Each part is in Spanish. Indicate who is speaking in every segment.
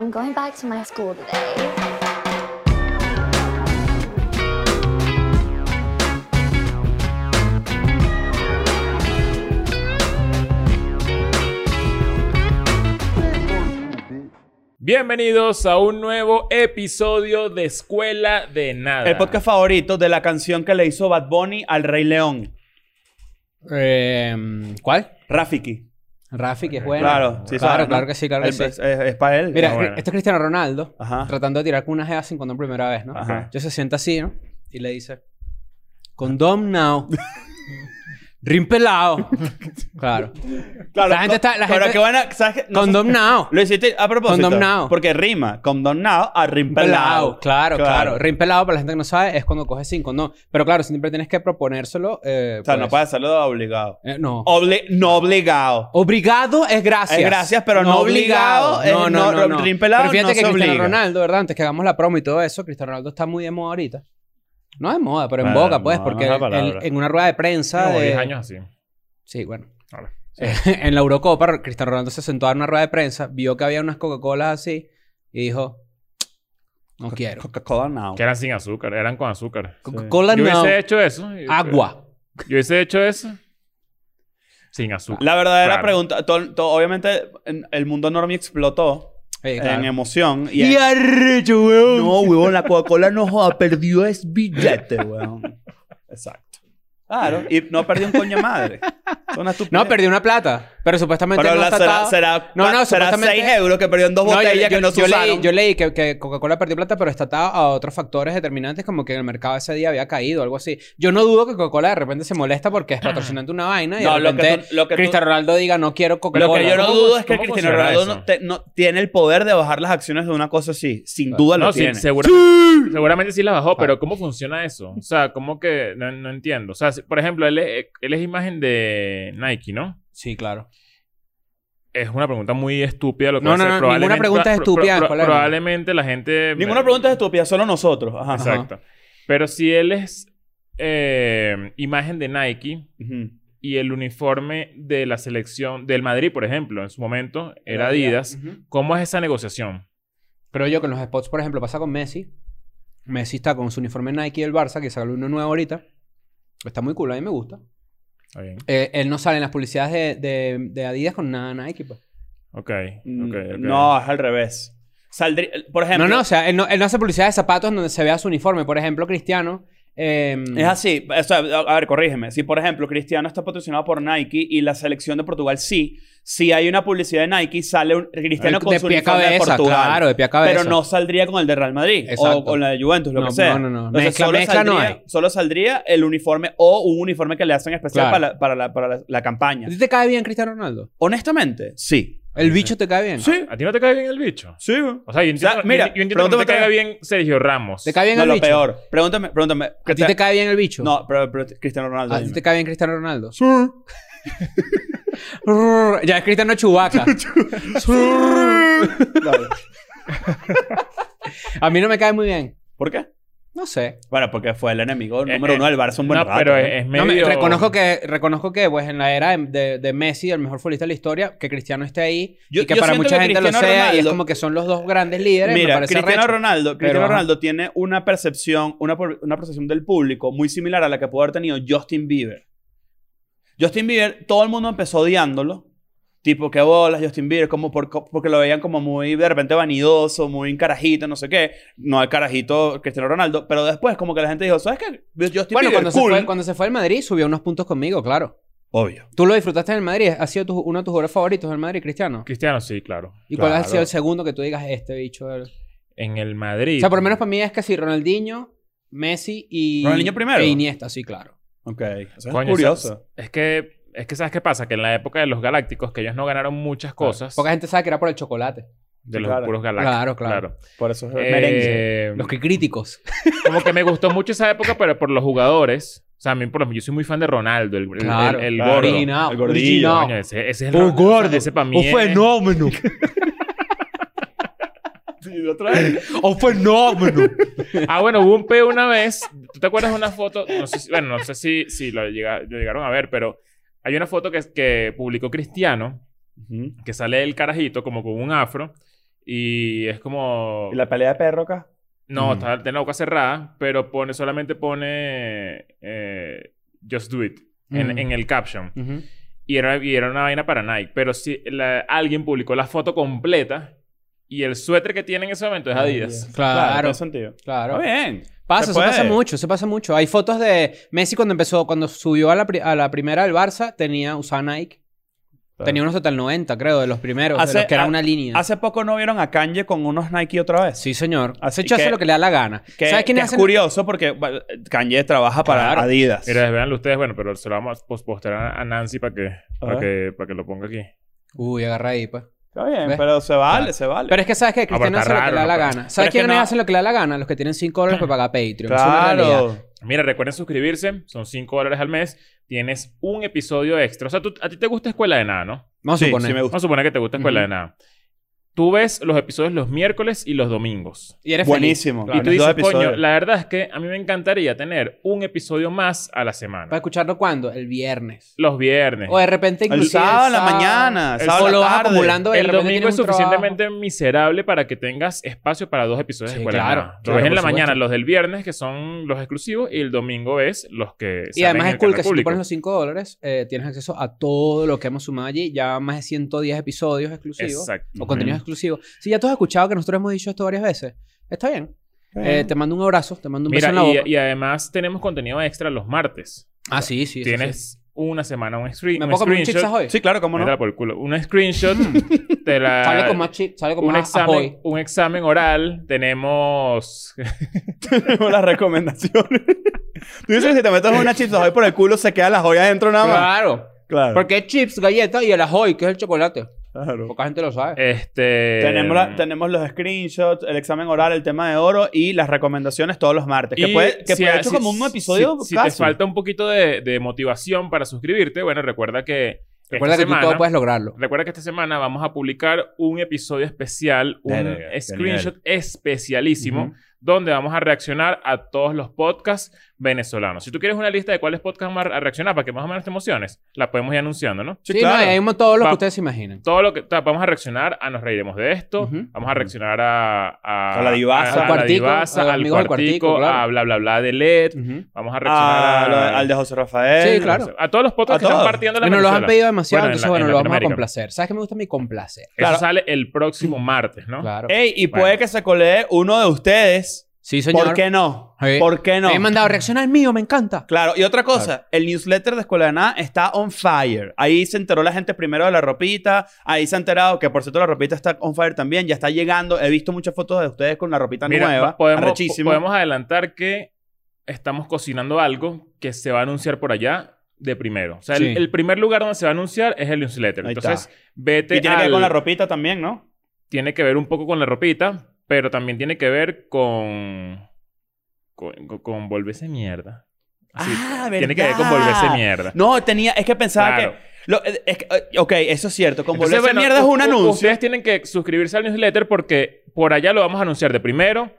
Speaker 1: I'm going back to my school today.
Speaker 2: Bienvenidos a un nuevo episodio de Escuela de Nada.
Speaker 3: El podcast favorito de la canción que le hizo Bad Bunny al Rey León.
Speaker 4: Eh, ¿Cuál?
Speaker 3: Rafiki.
Speaker 4: Rafi, que es bueno.
Speaker 3: claro, sí,
Speaker 4: claro,
Speaker 3: sabes, ¿no?
Speaker 4: claro que sí, claro que
Speaker 3: El-
Speaker 4: sí.
Speaker 3: Es, para él.
Speaker 4: Mira,
Speaker 2: Ah, bueno.
Speaker 4: esto es Cristiano Ronaldo
Speaker 3: Ajá.
Speaker 4: tratando de tirar con una gea sin condón primera vez, ¿no?
Speaker 3: Ajá.
Speaker 4: Entonces se sienta así, ¿no? Y le dice, condom now. Rimpelado. claro.
Speaker 3: Claro,
Speaker 4: la gente está- la
Speaker 3: pero
Speaker 4: gente-
Speaker 3: que van a... ¿sabes qué? No
Speaker 4: condom
Speaker 3: sé-
Speaker 4: now.
Speaker 3: Lo hiciste a propósito.
Speaker 4: Condonado.
Speaker 3: Porque rima. Condonado a rimpelado.
Speaker 4: Pelado, claro, claro. Rimpelado, para la gente que no sabe, es cuando coges sin condón. Pero claro, siempre tienes que proponérselo. eh,
Speaker 3: O sea,
Speaker 4: pues,
Speaker 3: no puede hacerlo obligado.
Speaker 4: eh, no.
Speaker 3: Obli- no obligado.
Speaker 4: Obligado es gracias.
Speaker 3: Es gracias, pero no obligado es
Speaker 4: No, no,
Speaker 3: no-
Speaker 4: no. no.
Speaker 3: rin pelado
Speaker 4: pero
Speaker 3: no
Speaker 4: fíjate que
Speaker 3: se
Speaker 4: Cristiano
Speaker 3: obliga.
Speaker 4: Ronaldo, ¿verdad? Antes que hagamos la promo y todo eso, Cristiano Ronaldo está muy de moda ahorita. No de moda, pero en
Speaker 3: Bueno,
Speaker 4: boca, pues,
Speaker 3: no,
Speaker 4: porque
Speaker 3: no es la
Speaker 4: él-
Speaker 3: palabra.
Speaker 4: en una rueda de prensa.
Speaker 2: Como
Speaker 4: de...
Speaker 2: 10 años así.
Speaker 4: Sí, bueno.
Speaker 2: Ahora.
Speaker 4: en la Eurocopa, Cristiano Ronaldo se sentó a dar una rueda de prensa, vio que había unas Coca-Colas así y dijo: No quiero.
Speaker 3: Coca-Cola now.
Speaker 2: Que eran sin azúcar, eran con azúcar.
Speaker 4: Coca-Cola
Speaker 2: Yo
Speaker 4: no.
Speaker 2: hubiese hecho eso. y-
Speaker 4: Agua.
Speaker 2: Yo hubiese hecho eso sin azúcar.
Speaker 3: La verdadera
Speaker 2: Claro.
Speaker 3: pregunta... to- to- obviamente, en- el mundo normie explotó
Speaker 4: Eh, claro.
Speaker 3: en emoción. Y
Speaker 4: Y arrecho, weón.
Speaker 3: No, huevón, la Coca-Cola no joda, perdió es billete, huevón. Exacto. Claro, y no perdió un coño de madre. Es una estupidez.
Speaker 4: No, perdí una plata. Pero supuestamente
Speaker 3: Pero
Speaker 4: no
Speaker 3: la-
Speaker 4: está
Speaker 3: será,
Speaker 4: atado.
Speaker 3: será,
Speaker 4: No, no,
Speaker 3: será
Speaker 4: supuestamente-
Speaker 3: 6 euros que perdió en dos
Speaker 4: No, yo-
Speaker 3: botellas
Speaker 4: yo,
Speaker 3: que no se
Speaker 4: yo leí,
Speaker 3: usaron.
Speaker 4: yo leí que, que Coca-Cola perdió plata, pero está atado a otros factores determinantes, como que el mercado ese día había caído, algo así. Yo no dudo que Coca-Cola de repente se molesta porque es patrocinante una vaina y
Speaker 3: Ah. No,
Speaker 4: de
Speaker 3: lo que
Speaker 4: repente
Speaker 3: tú- lo que tú-
Speaker 4: Cristiano Ronaldo diga no quiero
Speaker 3: Lo
Speaker 4: Coca-Cola.
Speaker 3: que yo no
Speaker 2: ¿Cómo-
Speaker 3: dudo es que
Speaker 2: cómo
Speaker 3: Cristiano
Speaker 2: funciona
Speaker 3: Ronaldo
Speaker 2: eso?
Speaker 3: no, te- no tiene el poder de bajar las acciones de una cosa así. Sin duda lo
Speaker 2: no, sí,
Speaker 3: tiene.
Speaker 2: segura- seguramente sí la bajó, pero ¿cómo funciona eso? O sea, ¿cómo que no, no entiendo? O sea, si- por ejemplo, él es, él es imagen de Nike, ¿no?
Speaker 4: Sí, claro.
Speaker 2: Es una pregunta muy estúpida lo que
Speaker 4: No,
Speaker 2: va a
Speaker 4: no,
Speaker 2: hacer.
Speaker 4: no,
Speaker 2: Probablemente-
Speaker 4: ninguna pregunta es
Speaker 2: pro- pro-
Speaker 4: estúpida,
Speaker 2: pro-
Speaker 4: Nicolás.
Speaker 2: probablemente la gente.
Speaker 3: Ninguna pregunta es estúpida, solo nosotros. Ajá.
Speaker 4: Exacto.
Speaker 2: Exacto. Pero si él es eh, imagen de Nike
Speaker 3: Ujú.
Speaker 2: y el uniforme de la selección del Madrid, por ejemplo, en su momento era
Speaker 4: Adidas.
Speaker 2: Adidas, ¿cómo es esa negociación?
Speaker 4: Pero yo con los spots, por ejemplo, pasa con Messi. Messi está con su uniforme Nike del Barça, que sale uno nuevo ahorita. Está muy cool, a mí me gusta.
Speaker 2: Está bien.
Speaker 4: Eh, él no sale en las publicidades de, de- de Adidas con nada Nike, pues.
Speaker 2: Ok,
Speaker 4: Mm,
Speaker 2: ok, ok.
Speaker 3: No, es al revés. Saldrí- por ejemplo,
Speaker 4: No, no, o sea, él no, él no hace publicidad de zapatos en donde se vea su uniforme. Por ejemplo, Cristiano. eh,
Speaker 3: Es así. O sea, a a ver, corrígeme. Si, por ejemplo, Cristiano está patrocinado por Nike y la selección de Portugal sí, si hay una publicidad de Nike, sale un- Cristiano
Speaker 4: de
Speaker 3: con su
Speaker 4: pie a
Speaker 3: uniforme de
Speaker 4: cabeza,
Speaker 3: Portugal.
Speaker 4: claro, de pie a cabeza.
Speaker 3: Pero no saldría con el de Real Madrid
Speaker 4: Exacto.
Speaker 3: o con la de Juventus, lo
Speaker 4: No,
Speaker 3: que sea.
Speaker 4: no, no, no.
Speaker 3: Entonces,
Speaker 4: Mezcla-
Speaker 3: solo
Speaker 4: mezcla no
Speaker 3: saldría,
Speaker 4: hay.
Speaker 3: Solo saldría el uniforme o un uniforme que le hacen especial
Speaker 4: Claro.
Speaker 3: para, la, para, la, para la- la
Speaker 4: ¿A
Speaker 3: campaña.
Speaker 4: ti te cae bien Cristiano Ronaldo?
Speaker 3: Honestamente, sí.
Speaker 4: ¿El bicho te cae bien?
Speaker 3: Sí,
Speaker 2: ¿A ti no te cae bien el bicho?
Speaker 3: sí.
Speaker 2: O sea, yo entiendo,
Speaker 3: O sea, mira,
Speaker 2: yo- yo entiendo que no te
Speaker 3: pregúntame
Speaker 2: caiga
Speaker 3: otra
Speaker 2: bien Sergio Ramos.
Speaker 4: ¿Te cae bien
Speaker 3: No,
Speaker 4: el
Speaker 3: lo
Speaker 4: bicho?
Speaker 3: peor. Pregúntame, pregúntame.
Speaker 4: ¿A ti te cae bien el bicho?
Speaker 3: No, pero, pero Cristiano Ronaldo.
Speaker 4: ¿A ti
Speaker 3: dime.
Speaker 4: te cae bien Cristiano Ronaldo? Sí. ya es Cristiano Chubaca.
Speaker 3: Claro.
Speaker 4: A mí no me cae muy bien.
Speaker 3: ¿Por qué?
Speaker 4: No sé.
Speaker 3: Bueno, porque fue el enemigo
Speaker 2: Eh,
Speaker 3: número
Speaker 2: eh,
Speaker 3: uno del Barça un buen
Speaker 2: no,
Speaker 3: rato.
Speaker 2: pero
Speaker 3: ¿no?
Speaker 2: es, es medio...
Speaker 4: ¿eh? No, me- reconozco que, reconozco que pues, en la era de, de- de Messi, el mejor futbolista de la historia, que Cristiano esté ahí
Speaker 3: Yo-
Speaker 4: y que
Speaker 3: yo
Speaker 4: para
Speaker 3: siento
Speaker 4: mucha
Speaker 3: que
Speaker 4: gente lo
Speaker 3: Cristiano
Speaker 4: sea y es
Speaker 3: Ronaldo-
Speaker 4: como que son los dos grandes líderes. me
Speaker 3: Mira,
Speaker 4: parece
Speaker 3: Cristiano
Speaker 4: arrecho.
Speaker 3: Ronaldo, Cristiano
Speaker 4: ajá.
Speaker 3: Ronaldo tiene una percepción, una, por- una percepción del público muy similar a la que pudo haber tenido Justin Bieber. Justin Bieber, todo el mundo empezó odiándolo. Tipo, qué bolas, Justin Bieber, como por- porque lo veían como muy de repente vanidoso, muy carajito, no sé qué. No el carajito Cristiano Ronaldo. Pero después, como que la gente dijo, ¿sabes qué? Justin
Speaker 4: Bueno,
Speaker 3: Bieber,
Speaker 4: cuando,
Speaker 3: cool.
Speaker 4: se fue, cuando se fue al Madrid subió unos puntos conmigo, claro.
Speaker 3: Obvio.
Speaker 4: Tú lo disfrutaste en el Madrid, ha sido tu- uno de tus jugadores favoritos del Madrid, Cristiano.
Speaker 2: Cristiano, sí, claro.
Speaker 4: ¿Y cuál ha
Speaker 2: Claro.
Speaker 4: sido el segundo que tú digas este bicho? el-"?
Speaker 2: En el Madrid.
Speaker 4: O sea, por lo menos para mí es que sí, Ronaldinho, Messi y.
Speaker 3: ¿Ronaldinho primero?
Speaker 4: E Iniesta, sí, claro.
Speaker 3: Ok. Eso es
Speaker 2: Coño,
Speaker 3: curioso.
Speaker 2: Es, es que... Es que ¿sabes qué pasa? Que en la época de los Galácticos, que ellos no ganaron muchas cosas
Speaker 4: Poca gente sabe que era por el chocolate.
Speaker 2: de
Speaker 3: Sí,
Speaker 2: los
Speaker 3: claro.
Speaker 2: puros Galácticos.
Speaker 4: Claro, claro.
Speaker 3: Por eso es
Speaker 2: Eh,
Speaker 3: merengue.
Speaker 4: Los que críticos.
Speaker 2: Como que me gustó mucho esa época, pero por los jugadores. O sea, a mí, por lo, yo soy muy fan de Ronaldo, el, el,
Speaker 4: Claro,
Speaker 2: el, el
Speaker 3: claro.
Speaker 2: gordo.
Speaker 4: Original.
Speaker 3: el gordillo,
Speaker 4: original.
Speaker 2: Coño, ese, ese es
Speaker 4: Un
Speaker 2: el
Speaker 4: gordo.
Speaker 2: Ese para mí es-
Speaker 4: fenómeno.
Speaker 3: Sí, otra vez.
Speaker 4: Un fenómeno.
Speaker 2: Ah, bueno, hubo un peo una vez. ¿Tú te acuerdas de una foto? No sé si- bueno, no sé si, si lo, llega- lo llegaron a ver, pero hay una foto que, que publicó Cristiano,
Speaker 3: Ujú.
Speaker 2: que sale el carajito como con un afro. Y es como...
Speaker 3: ¿Y la pelea de perro acá?
Speaker 2: No,
Speaker 4: Mm.
Speaker 2: está, tiene la boca cerrada, pero pone, solamente pone eh, Just Do It en,
Speaker 4: Mm.
Speaker 2: en el caption.
Speaker 4: Ujú.
Speaker 2: Y era, y era una vaina para Nike. Pero si la- alguien publicó la foto completa y el suéter que tiene en ese momento es Adidas.
Speaker 4: Claro,
Speaker 3: tiene sentido.
Speaker 4: claro.
Speaker 3: Está bien.
Speaker 4: Pasa, eso
Speaker 3: puede.
Speaker 4: pasa mucho, eso pasa mucho. Hay fotos de Messi cuando empezó, cuando subió a la, pri- a la primera del Barça, tenía, usaba Nike.
Speaker 3: Claro.
Speaker 4: Tenía unos hasta el 90, creo, de los primeros,
Speaker 3: Hace-
Speaker 4: de los que era
Speaker 3: ha-
Speaker 4: una línea.
Speaker 3: Hace poco no vieron a Kanye con unos Nike otra vez.
Speaker 4: Sí, señor.
Speaker 3: Así
Speaker 4: Ese hecho hace
Speaker 3: que-
Speaker 4: lo que le da la gana.
Speaker 3: Que,
Speaker 4: ¿Sabes quién
Speaker 3: que
Speaker 4: hace?
Speaker 3: es curioso porque bueno, Kanye trabaja para
Speaker 4: Claro.
Speaker 3: Adidas.
Speaker 2: Mira, véanlo ustedes, bueno, pero se lo vamos a pos- postear a a Nancy para que, para
Speaker 3: Ajá.
Speaker 2: que, para que lo ponga aquí.
Speaker 4: Uy, agarra ahí, pues.
Speaker 3: Está bien,
Speaker 4: ¿Ves?
Speaker 3: pero se vale,
Speaker 4: Claro.
Speaker 3: se vale.
Speaker 4: Pero es que sabes que Cristiano
Speaker 2: pero
Speaker 4: hace
Speaker 2: está
Speaker 4: lo que le da
Speaker 2: raro,
Speaker 4: la
Speaker 2: ¿no?
Speaker 4: gana. ¿Sabes
Speaker 3: pues. es que
Speaker 4: quiénes
Speaker 3: no-
Speaker 4: hacen lo que le da la gana? Los que tienen 5 dólares para pagar Patreon. Eso es una realidad.
Speaker 3: claro.
Speaker 2: Mira, recuerden suscribirse, son 5 dólares al mes, tienes un episodio extra. O sea, tú- a ti te gusta Escuela de Nada, ¿no?
Speaker 4: Vamos a
Speaker 3: Sí,
Speaker 4: suponer.
Speaker 3: sí me gusta.
Speaker 2: Vamos a suponer que te gusta Escuela de
Speaker 4: Ujú.
Speaker 2: Nada. Tú ves los episodios los miércoles y los domingos.
Speaker 4: Y eres feliz.
Speaker 3: Buenísimo.
Speaker 2: Y tú
Speaker 3: Dos
Speaker 2: dices,
Speaker 3: episodios.
Speaker 2: coño, la verdad es que a mí me encantaría tener un episodio más a la semana.
Speaker 4: ¿Para escucharlo cuándo? El viernes.
Speaker 2: Los viernes.
Speaker 4: O de repente
Speaker 3: El
Speaker 4: inclusive
Speaker 3: sábado en la mañana,
Speaker 2: el
Speaker 3: sábado
Speaker 4: O
Speaker 3: en
Speaker 4: lo
Speaker 3: la
Speaker 4: vas
Speaker 3: tarde.
Speaker 4: acumulando y de
Speaker 2: el
Speaker 4: repente
Speaker 2: domingo
Speaker 4: tienes
Speaker 2: es
Speaker 4: un trabajo.
Speaker 2: suficientemente miserable para que tengas espacio para dos episodios
Speaker 4: Sí,
Speaker 2: de escuela. de
Speaker 4: claro,
Speaker 2: Nada. Lo
Speaker 4: claro,
Speaker 2: ves en
Speaker 4: por
Speaker 2: la mañana,
Speaker 4: supuesto.
Speaker 2: los del viernes, que son los exclusivos, y el domingo es los que salen
Speaker 4: Y
Speaker 2: en
Speaker 4: además es
Speaker 2: el
Speaker 4: cool
Speaker 2: canal
Speaker 4: que si tú
Speaker 2: público.
Speaker 4: pones los 5 dólares, eh, tienes acceso a todo lo que hemos sumado allí. Ya más de 110 episodios exclusivos.
Speaker 2: Exacto.
Speaker 4: O contenidos exclusivos. Si ya tú has escuchado que nosotros hemos dicho esto varias veces, está bien. Eh, te mando un abrazo, te mando un beso
Speaker 2: Mira,
Speaker 4: en la boca.
Speaker 2: y, y además tenemos contenido extra los martes.
Speaker 4: ah, sí, sí. eso sí.
Speaker 2: Tienes una semana un, screen,
Speaker 4: ¿Me
Speaker 2: un
Speaker 4: puedo comer un
Speaker 2: screenshot.
Speaker 4: chips hoy?
Speaker 3: Sí, claro, cómo no.
Speaker 2: Métela por el culo. Un screenshot de la...
Speaker 4: Sale con más chips, sale con
Speaker 2: un
Speaker 4: más
Speaker 2: examen,
Speaker 4: Ahoy.
Speaker 2: un examen oral, tenemos.
Speaker 3: Tenemos las recomendaciones. Tú dices que si te metes una chips hoy por el culo, se queda la joya adentro nada más.
Speaker 4: Claro.
Speaker 3: Claro.
Speaker 4: Porque es chips, galletas y el ajoy, que es el chocolate.
Speaker 3: Claro.
Speaker 4: Poca gente lo sabe.
Speaker 2: este.
Speaker 3: Tenemos, la- tenemos los screenshots, el examen oral, el tema de oro y las recomendaciones todos los martes. Que
Speaker 2: y
Speaker 3: puede, que
Speaker 2: si-
Speaker 3: puede hecho
Speaker 2: si-
Speaker 3: como un episodio
Speaker 2: Si, si te
Speaker 3: casi.
Speaker 2: falta un poquito de, de motivación para suscribirte, bueno, recuerda que.
Speaker 4: Recuerda
Speaker 2: esta
Speaker 4: que tú todo puedes lograrlo.
Speaker 2: Recuerda que esta semana vamos a publicar un episodio especial, un
Speaker 3: Verga, qué
Speaker 2: screenshot especialísimo,
Speaker 3: Ujú.
Speaker 2: donde vamos a reaccionar a todos los podcasts venezolanos. Si tú quieres una lista de cuáles podcasts vamos a reaccionar para que más o menos te emociones, la podemos ir anunciando, ¿no?
Speaker 4: Sí, no, hay un- todos los
Speaker 2: Va-
Speaker 4: que ustedes se imaginen.
Speaker 2: todo lo que ta, vamos a reaccionar a nos reiremos de esto
Speaker 4: Ujú.
Speaker 2: vamos a reaccionar a a,
Speaker 3: A la divaza.
Speaker 2: a,
Speaker 3: Al
Speaker 2: la
Speaker 4: cuartico,
Speaker 2: divaza,
Speaker 4: a los
Speaker 2: al
Speaker 4: amigos del
Speaker 2: cuartico,
Speaker 4: cuartico, claro.
Speaker 2: a bla bla bla de led vamos a
Speaker 3: Ah,
Speaker 2: reaccionar
Speaker 3: Mm. lo-
Speaker 2: a,
Speaker 3: al de José Rafael.
Speaker 4: Sí, claro.
Speaker 2: a todos los podcasts
Speaker 3: A
Speaker 2: que
Speaker 3: todos.
Speaker 2: están partiendo la
Speaker 4: Y nos los han
Speaker 2: Venezuela.
Speaker 4: pedido demasiado,
Speaker 2: Bueno, en
Speaker 4: entonces
Speaker 2: la-
Speaker 4: bueno,
Speaker 2: en
Speaker 4: lo vamos a
Speaker 2: Latinoamérica.
Speaker 4: complacer. ¿sabes qué me gusta mi complacer?
Speaker 2: eso
Speaker 3: Claro.
Speaker 2: sale el próximo martes no
Speaker 4: Claro.
Speaker 3: Ey, y
Speaker 2: Bueno.
Speaker 3: puede que se colee uno de ustedes.
Speaker 4: sí, señor.
Speaker 3: Eh, ¿Por qué no?
Speaker 4: Sí.
Speaker 3: ¿Por qué no?
Speaker 4: Me han mandado reaccionar al mío, me encanta.
Speaker 3: Claro, y otra cosa, el newsletter de Escuela de Nada está on fire. Ahí se enteró la gente primero de la ropita, ahí se ha enterado que por cierto la ropita está on fire también, ya está llegando. He visto muchas fotos de ustedes con la ropita
Speaker 2: Mira,
Speaker 3: nueva,
Speaker 2: podemos
Speaker 3: arrechísima.
Speaker 2: podemos adelantar que estamos cocinando algo que se va a anunciar por allá de primero o sea
Speaker 4: Sí.
Speaker 2: el, el primer lugar donde se va a anunciar es el newsletter
Speaker 3: Ahí está.
Speaker 2: entonces vete
Speaker 3: Y tiene que ver
Speaker 2: al-
Speaker 3: con la ropita también, ¿no?
Speaker 2: tiene que ver un poco con la ropita, pero también tiene que ver con. con, con- con volverse mierda. Sí,
Speaker 3: Ah,
Speaker 2: Tiene que ver con
Speaker 3: ¿verdad?
Speaker 2: volverse mierda.
Speaker 3: No, tenía, es que pensaba
Speaker 2: Claro.
Speaker 3: que. lo- es que- eh, ok, eso es cierto. Con
Speaker 2: Entonces,
Speaker 3: volverse
Speaker 2: bueno,
Speaker 3: mierda es
Speaker 2: u-
Speaker 3: un
Speaker 2: u-
Speaker 3: anuncio.
Speaker 2: Ustedes tienen que suscribirse al newsletter porque por allá lo vamos a anunciar de primero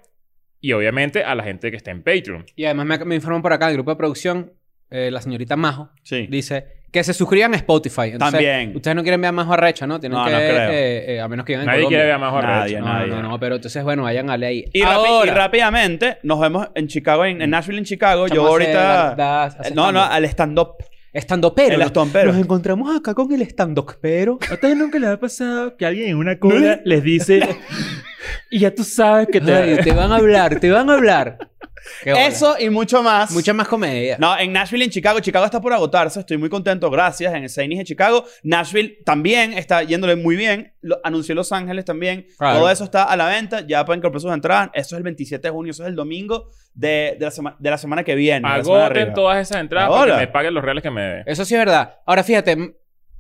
Speaker 2: y obviamente a la gente que está en Patreon.
Speaker 4: Y además me, me informan por acá en el grupo de producción, eh, la señorita Majo
Speaker 3: Sí.
Speaker 4: dice que se suscriban a Spotify. Entonces,
Speaker 3: También.
Speaker 4: Ustedes no quieren ver a Majo Arrecha, ¿no? Tienen
Speaker 3: No,
Speaker 4: que,
Speaker 3: no creo.
Speaker 4: eh, eh, a menos que vengan
Speaker 2: Nadie quiere ver a más
Speaker 3: Nadie,
Speaker 2: Arrecho.
Speaker 4: No,
Speaker 3: nadie.
Speaker 4: no, no, pero entonces, bueno, vayan a ley.
Speaker 3: Y, rapi- y rápidamente nos vemos en Chicago, en,
Speaker 2: Mm.
Speaker 3: en Nashville, en Chicago. Yo ahorita. Eh, no, no, al stand-up.
Speaker 4: Estando pero.
Speaker 3: El
Speaker 4: nos,
Speaker 3: estompero.
Speaker 4: nos encontramos acá con el estando pero.
Speaker 2: ¿A ustedes nunca les ha pasado que alguien en una cola les dice y ya tú sabes que
Speaker 4: Ay, te van a hablar, te van a hablar. Qué bola.
Speaker 3: Eso y mucho más.
Speaker 4: Mucha más comedia.
Speaker 3: No, en Nashville y en Chicago. Chicago está por agotarse. Estoy muy contento. Gracias. En el Sainis de Chicago. Nashville también está yéndole muy bien. Lo- anunció Los Ángeles también.
Speaker 4: Claro.
Speaker 3: Todo eso está a la venta. Ya pueden comprar sus entradas. Eso es el 27 de junio. Eso es el domingo de, de la, sema- de la semana que viene. de la semana
Speaker 2: Agoten
Speaker 3: arriba.
Speaker 2: todas esas entradas
Speaker 3: Ahora. Eh,
Speaker 2: para que me paguen los reales que me deben.
Speaker 4: Eso sí es verdad. Ahora fíjate, m-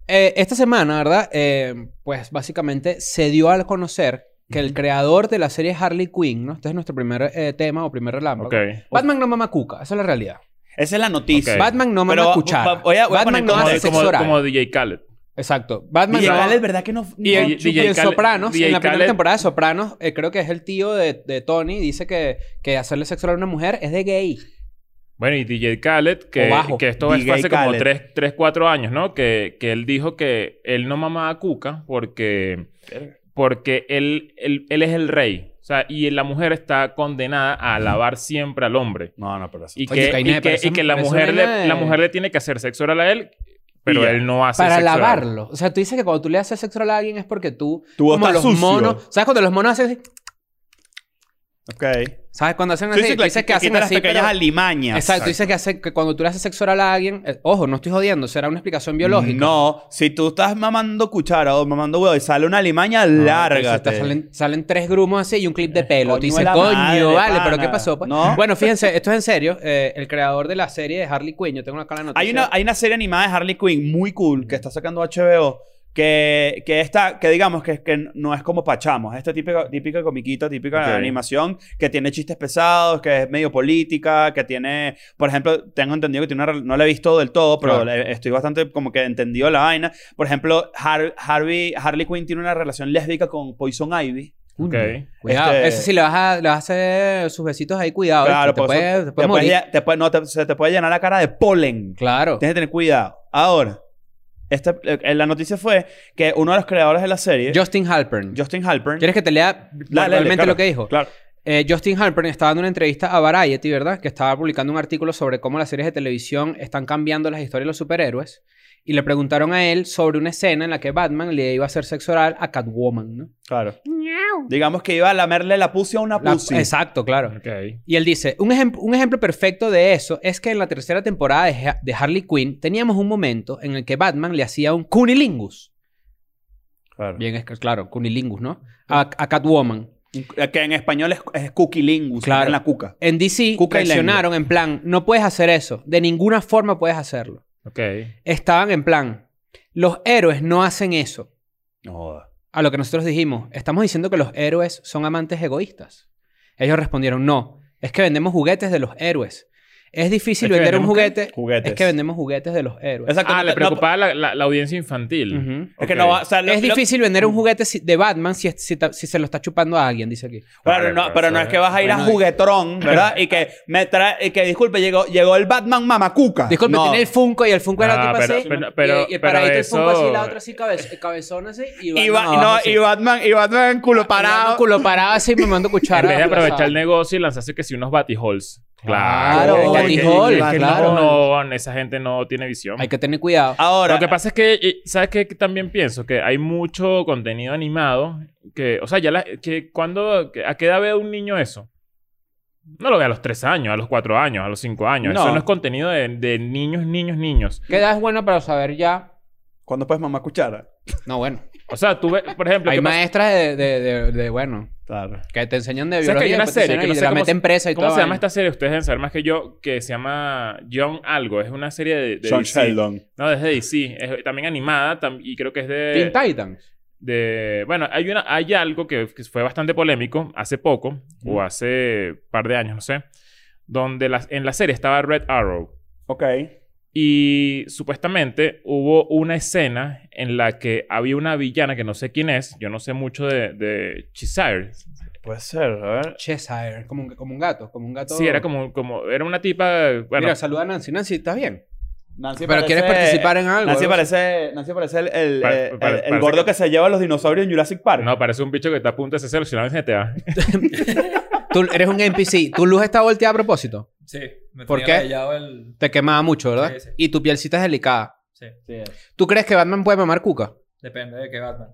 Speaker 4: eh, esta semana, ¿verdad? Eh, pues básicamente se dio a conocer que el creador de la serie Harley Quinn, ¿no? Este es nuestro primer eh, tema o primer relámpago.
Speaker 2: Ok.
Speaker 4: Batman no mama cuca, esa es la realidad.
Speaker 3: Esa es la noticia.
Speaker 2: Ok.
Speaker 4: Batman no
Speaker 3: Pero
Speaker 4: mama
Speaker 3: va-
Speaker 4: cuchara.
Speaker 3: va- voy a- voy a
Speaker 4: Batman
Speaker 3: poner
Speaker 4: no
Speaker 3: como-
Speaker 4: hace
Speaker 2: Como-
Speaker 4: sexo oral.
Speaker 2: como DJ Khaled.
Speaker 4: Exacto. Batman
Speaker 3: DJ
Speaker 4: no-
Speaker 3: Khaled, ¿verdad que no?
Speaker 4: Y,
Speaker 3: no
Speaker 4: el,
Speaker 2: DJ
Speaker 4: y en
Speaker 2: Khaled-
Speaker 4: Sopranos,
Speaker 2: DJ
Speaker 4: en la primera
Speaker 2: Khaled-
Speaker 4: temporada de Sopranos, eh, creo que es el tío de, de Tony, dice que, que hacerle sexo oral a una mujer es de gay.
Speaker 2: Bueno, y DJ Khaled, que,
Speaker 4: O bajo.
Speaker 2: que esto es
Speaker 3: DJ
Speaker 2: hace como
Speaker 3: Khaled.
Speaker 2: 3, 4 años, ¿no? Que, que él dijo que él no mamaba cuca porque, porque él, él, él es el rey. O sea, y la mujer está condenada a alabar siempre al hombre.
Speaker 3: No, no, pero eso.
Speaker 2: Y
Speaker 4: Oye,
Speaker 2: que,
Speaker 4: Kainé,
Speaker 2: y
Speaker 4: pero
Speaker 2: que,
Speaker 4: eso-
Speaker 2: y que la,
Speaker 4: pero eso
Speaker 2: mujer
Speaker 4: no es-
Speaker 2: le, la mujer le tiene que hacer sexo oral a él, pero
Speaker 3: Y ya.
Speaker 2: él no hace
Speaker 4: Para
Speaker 2: sexo oral.
Speaker 4: lavarlo. O sea, tú dices que cuando tú le haces sexo oral a alguien es porque tú...
Speaker 3: Tu voz está sucio.
Speaker 4: monos... ¿Sabes cuando los monos hacen así?
Speaker 3: Ok.
Speaker 4: ¿Sabes cuando hacen
Speaker 3: Sí,
Speaker 4: así?
Speaker 3: sí,
Speaker 4: tú
Speaker 3: claro,
Speaker 4: dices
Speaker 3: que
Speaker 4: que hacen
Speaker 3: quitan las
Speaker 4: así,
Speaker 3: pequeñas
Speaker 4: pero-
Speaker 3: alimañas.
Speaker 4: Exacto, dices que, hace, que cuando tú le haces sexo oral a alguien... eh, ojo, no estoy jodiendo. Será una explicación biológica. Ah,
Speaker 3: No, si tú estás mamando cuchara o mamando huevo y sale una alimaña,
Speaker 4: No,
Speaker 3: lárgate.
Speaker 4: entonces te Salen, salen tres grumos así y un clip de pelo.
Speaker 3: coño
Speaker 4: Tú dices,
Speaker 3: de la
Speaker 4: coño,
Speaker 3: madre,
Speaker 4: vale,
Speaker 3: pana".
Speaker 4: pero ¿qué pasó? pues?".
Speaker 3: No.
Speaker 4: Bueno, fíjense, esto es en serio. eh, el creador de la serie de Harley Quinn, yo tengo acá la noticia.
Speaker 3: Hay una, hay una serie animada de Harley Quinn muy cool que está sacando HBO que, que está, que digamos que, que no es este como Pachamos, esta típica, típica comiquita, típica
Speaker 2: Ok.
Speaker 3: animación que tiene chistes pesados, que es medio política, que tiene, por ejemplo, tengo entendido que tiene una, rel- no la he visto del todo, pero
Speaker 2: Claro.
Speaker 3: le- estoy bastante como que entendido la vaina. Por ejemplo, Har- Harvey, Harley Quinn tiene una relación lésbica con Poison Ivy.
Speaker 2: Ok.
Speaker 4: Cuidado,
Speaker 3: Este-
Speaker 4: eso sí le vas, a, le vas a hacer sus besitos ahí, cuidado.
Speaker 3: claro,
Speaker 4: ¿viste? Ah, te
Speaker 3: porque eso-
Speaker 4: puedes, te puedes
Speaker 3: te puede
Speaker 4: morir.
Speaker 3: lle- te puede- no, te- se te puede llenar la cara de polen.
Speaker 4: Claro.
Speaker 3: Tienes que tener cuidado. Ahora, esta, eh, la noticia fue que uno de los creadores de la serie,
Speaker 4: Justin Halpern.
Speaker 3: Justin Halpern,
Speaker 4: ¿Quieres que te lea
Speaker 3: Dale, dale,
Speaker 4: realmente
Speaker 3: claro,
Speaker 4: lo que dijo?
Speaker 3: claro.
Speaker 4: Eh, Justin Halpern estaba dando una entrevista a Variety, ¿verdad? Que estaba publicando un artículo sobre cómo las series de televisión están cambiando las historias de los superhéroes. Y le preguntaron a él sobre una escena en la que Batman le iba a hacer sexo oral a Catwoman, ¿no?
Speaker 3: claro.
Speaker 1: Meow.
Speaker 3: digamos que iba a lamerle la pussy a una
Speaker 4: La-
Speaker 3: pussy.
Speaker 4: Exacto, claro.
Speaker 2: Ok.
Speaker 4: Y él dice, un, ejem- un ejemplo perfecto de eso es que en la tercera temporada de, Ha- de Harley Quinn teníamos un momento en el que Batman le hacía un cunilingus.
Speaker 3: Claro.
Speaker 4: Bien, es que- claro, cunilingus, ¿no? A, a Catwoman.
Speaker 3: eh, Que en español es, es cookie lingus,
Speaker 4: Claro.
Speaker 3: en la cuca.
Speaker 4: En DC
Speaker 3: Cuca y lengua.
Speaker 4: reaccionaron en plan, no puedes hacer eso. De ninguna forma puedes hacerlo.
Speaker 2: Ok.
Speaker 4: Estaban en plan, los héroes no hacen eso.
Speaker 3: No joda.
Speaker 4: A lo que nosotros dijimos, estamos diciendo que los héroes son amantes egoístas. Ellos respondieron, no, es que vendemos juguetes de los héroes. Es difícil
Speaker 2: ¿Es que
Speaker 4: vender un
Speaker 2: vendemos qué?
Speaker 4: juguete.
Speaker 3: Juguetes.
Speaker 4: Es que vendemos juguetes de los héroes.
Speaker 3: Exacto.
Speaker 2: Ah,
Speaker 3: no-
Speaker 2: le
Speaker 3: no-
Speaker 2: preocupaba la, la- la audiencia infantil.
Speaker 4: Ujú.
Speaker 3: Es que
Speaker 2: Ok.
Speaker 3: no va- o sea, lo-
Speaker 4: es
Speaker 3: lo-
Speaker 4: difícil vender un juguete si- de Batman si, es- si ta- si se lo está chupando a alguien, dice aquí.
Speaker 3: Claro, no, pero no es que vas a ir a
Speaker 4: Bueno,
Speaker 3: juguetrón, ¿verdad? Y que me trae, y que disculpe, llegó, llegó el Batman mamacuca.
Speaker 4: Disculpe,
Speaker 3: Ah, No.
Speaker 4: tiene el Funko y el Funko era
Speaker 2: Ah,
Speaker 4: tipo
Speaker 2: pero-
Speaker 4: así.
Speaker 2: pero- pero-
Speaker 4: y, y
Speaker 2: pero
Speaker 4: el paradito el
Speaker 2: eso-
Speaker 4: Funko así, la otra así, cabez- cabezón así. Y
Speaker 3: Y,
Speaker 4: Batman
Speaker 3: Ba-
Speaker 4: abajo
Speaker 3: no,
Speaker 4: así.
Speaker 3: y Batman, y Batman en culo parado.
Speaker 4: Batman Culo parado así, me mando
Speaker 2: En
Speaker 4: cuchara.
Speaker 2: vez de aprovechar el
Speaker 4: abrazado.
Speaker 2: negocio y lanzarse que si unos batiholes. Claro.
Speaker 4: Claro,
Speaker 2: Es que- es que-
Speaker 4: batiholes,
Speaker 2: es que no,
Speaker 4: claro.
Speaker 2: No, esa gente no tiene visión.
Speaker 4: Hay que tener cuidado.
Speaker 2: Ah,
Speaker 3: Ahora,
Speaker 2: Lo que pasa es que, eh, ¿sabes qué? Que También pienso que hay mucho contenido animado que, o sea, ya la, que cuando, que- ¿a qué edad ve un niño eso? No lo ve a los 3 años, a los 4 años, a los 5 años.
Speaker 3: No.
Speaker 2: Eso no es contenido de, de niños, niños, niños.
Speaker 4: ¿Qué edad es buena para saber ya?
Speaker 3: ¿cuándo puedes mamar cuchara?
Speaker 4: No, bueno.
Speaker 2: O sea, tú ves, por ejemplo,
Speaker 4: Hay
Speaker 2: ¿qué pasa?
Speaker 4: maestras de, de, de- de, bueno,
Speaker 3: Claro.
Speaker 4: que te enseñan de
Speaker 2: ¿Sabes que
Speaker 4: biología.
Speaker 2: hay una
Speaker 4: después te
Speaker 2: serie
Speaker 4: enseñan
Speaker 2: que
Speaker 4: y
Speaker 2: no
Speaker 4: te
Speaker 2: sé
Speaker 4: la
Speaker 2: cómo-
Speaker 4: meten presa y
Speaker 2: ¿Cómo
Speaker 4: todo.
Speaker 2: se llama esta serie? Ustedes deben saber más que yo, que se llama John Algo. Es una serie de, de
Speaker 3: Sean
Speaker 2: DC.
Speaker 3: Sheldon.
Speaker 2: No, es de DC. Es también animada tam- y creo que es de...
Speaker 4: Teen Titans.
Speaker 2: de bueno hay una hay algo que, que fue bastante polémico hace poco o hace par de años no sé donde las en la serie estaba Red Arrow
Speaker 3: Ok.
Speaker 2: y supuestamente hubo una escena en la que había una villana que no sé quién es yo no sé mucho de, de Cheshire
Speaker 3: Puede ser, a ver.
Speaker 4: Cheshire. Como un, como un gato. Como un gato.
Speaker 2: sí era como como era una tipa bueno
Speaker 4: Mira, saluda a Nancy. Nancy, ¿estás bien?
Speaker 3: Nancy
Speaker 4: Pero quieres participar en algo.
Speaker 3: Nancy
Speaker 4: ¿eh?
Speaker 3: parece, Nancy parece el, el,
Speaker 2: Pa-
Speaker 3: eh,
Speaker 2: pa-
Speaker 3: el- el
Speaker 2: parece
Speaker 3: gordo que...
Speaker 2: que-
Speaker 3: se lleva a los dinosaurios en Jurassic Park.
Speaker 2: no parece un bicho que está a punto de hacerse ¿ah? si la te va
Speaker 4: Tú eres un NPC. Tu luz está volteada a propósito.
Speaker 5: Sí, me
Speaker 4: ¿Por
Speaker 5: tenía
Speaker 4: qué?
Speaker 5: rayado el.
Speaker 4: Te quemaba mucho, ¿verdad?
Speaker 5: Sí, sí.
Speaker 4: Y tu pielcita es delicada.
Speaker 5: Sí,
Speaker 3: Sí, es.
Speaker 4: ¿Tú crees que Batman puede mamar cuca?
Speaker 5: depende de qué Batman.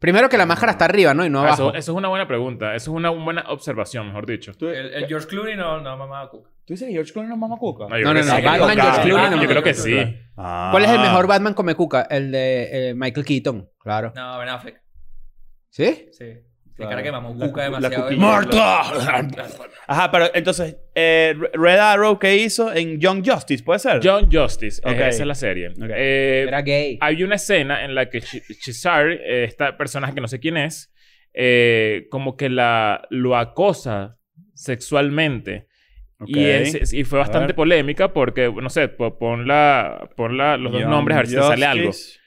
Speaker 4: Primero que la máscara está arriba, ¿no? Y no
Speaker 2: Ah, eso,
Speaker 4: abajo.
Speaker 2: eso es una buena pregunta eso es una buena observación mejor dicho
Speaker 3: ¿Tú,
Speaker 5: El, el George Clooney no, no mamaba Cook.
Speaker 3: tú dices que George Clooney no es mamacuca?
Speaker 2: yo
Speaker 4: No,
Speaker 2: creo
Speaker 4: no,
Speaker 2: que
Speaker 4: no,
Speaker 2: sí.
Speaker 4: Batman,
Speaker 2: Claro,
Speaker 4: George Clooney, no,
Speaker 2: yo creo que
Speaker 5: George
Speaker 2: sí
Speaker 5: Clooney.
Speaker 4: Ah. ¿Cuál
Speaker 3: Ah.
Speaker 4: es el mejor Batman come cuca? El de eh, Michael Keaton, claro.
Speaker 5: No, Ben Affleck.
Speaker 4: ¿Sí?
Speaker 5: Sí. De
Speaker 3: Claro.
Speaker 5: cara que mamó
Speaker 3: La
Speaker 5: Cuca
Speaker 3: cu- la
Speaker 5: demasiado.
Speaker 3: cuquilla. Ajá, pero entonces, eh, Re- Red Arrow, ¿qué hizo en Young Justice? ¿Puede ser?
Speaker 2: John Justice,
Speaker 3: Ok.
Speaker 2: eh, esa es la serie.
Speaker 3: Ok.
Speaker 2: Eh,
Speaker 4: Era gay.
Speaker 2: hay una escena en la que Ch- Cheshire, eh, esta personaje que no sé quién es, eh, como que la, lo acosa sexualmente.
Speaker 3: Ok.
Speaker 2: Y, es- y fue bastante
Speaker 3: ver.
Speaker 2: polémica porque, no sé, po- pon, la, pon la- los dos
Speaker 3: Young
Speaker 2: nombres a ver si te sale algo.
Speaker 3: Justice.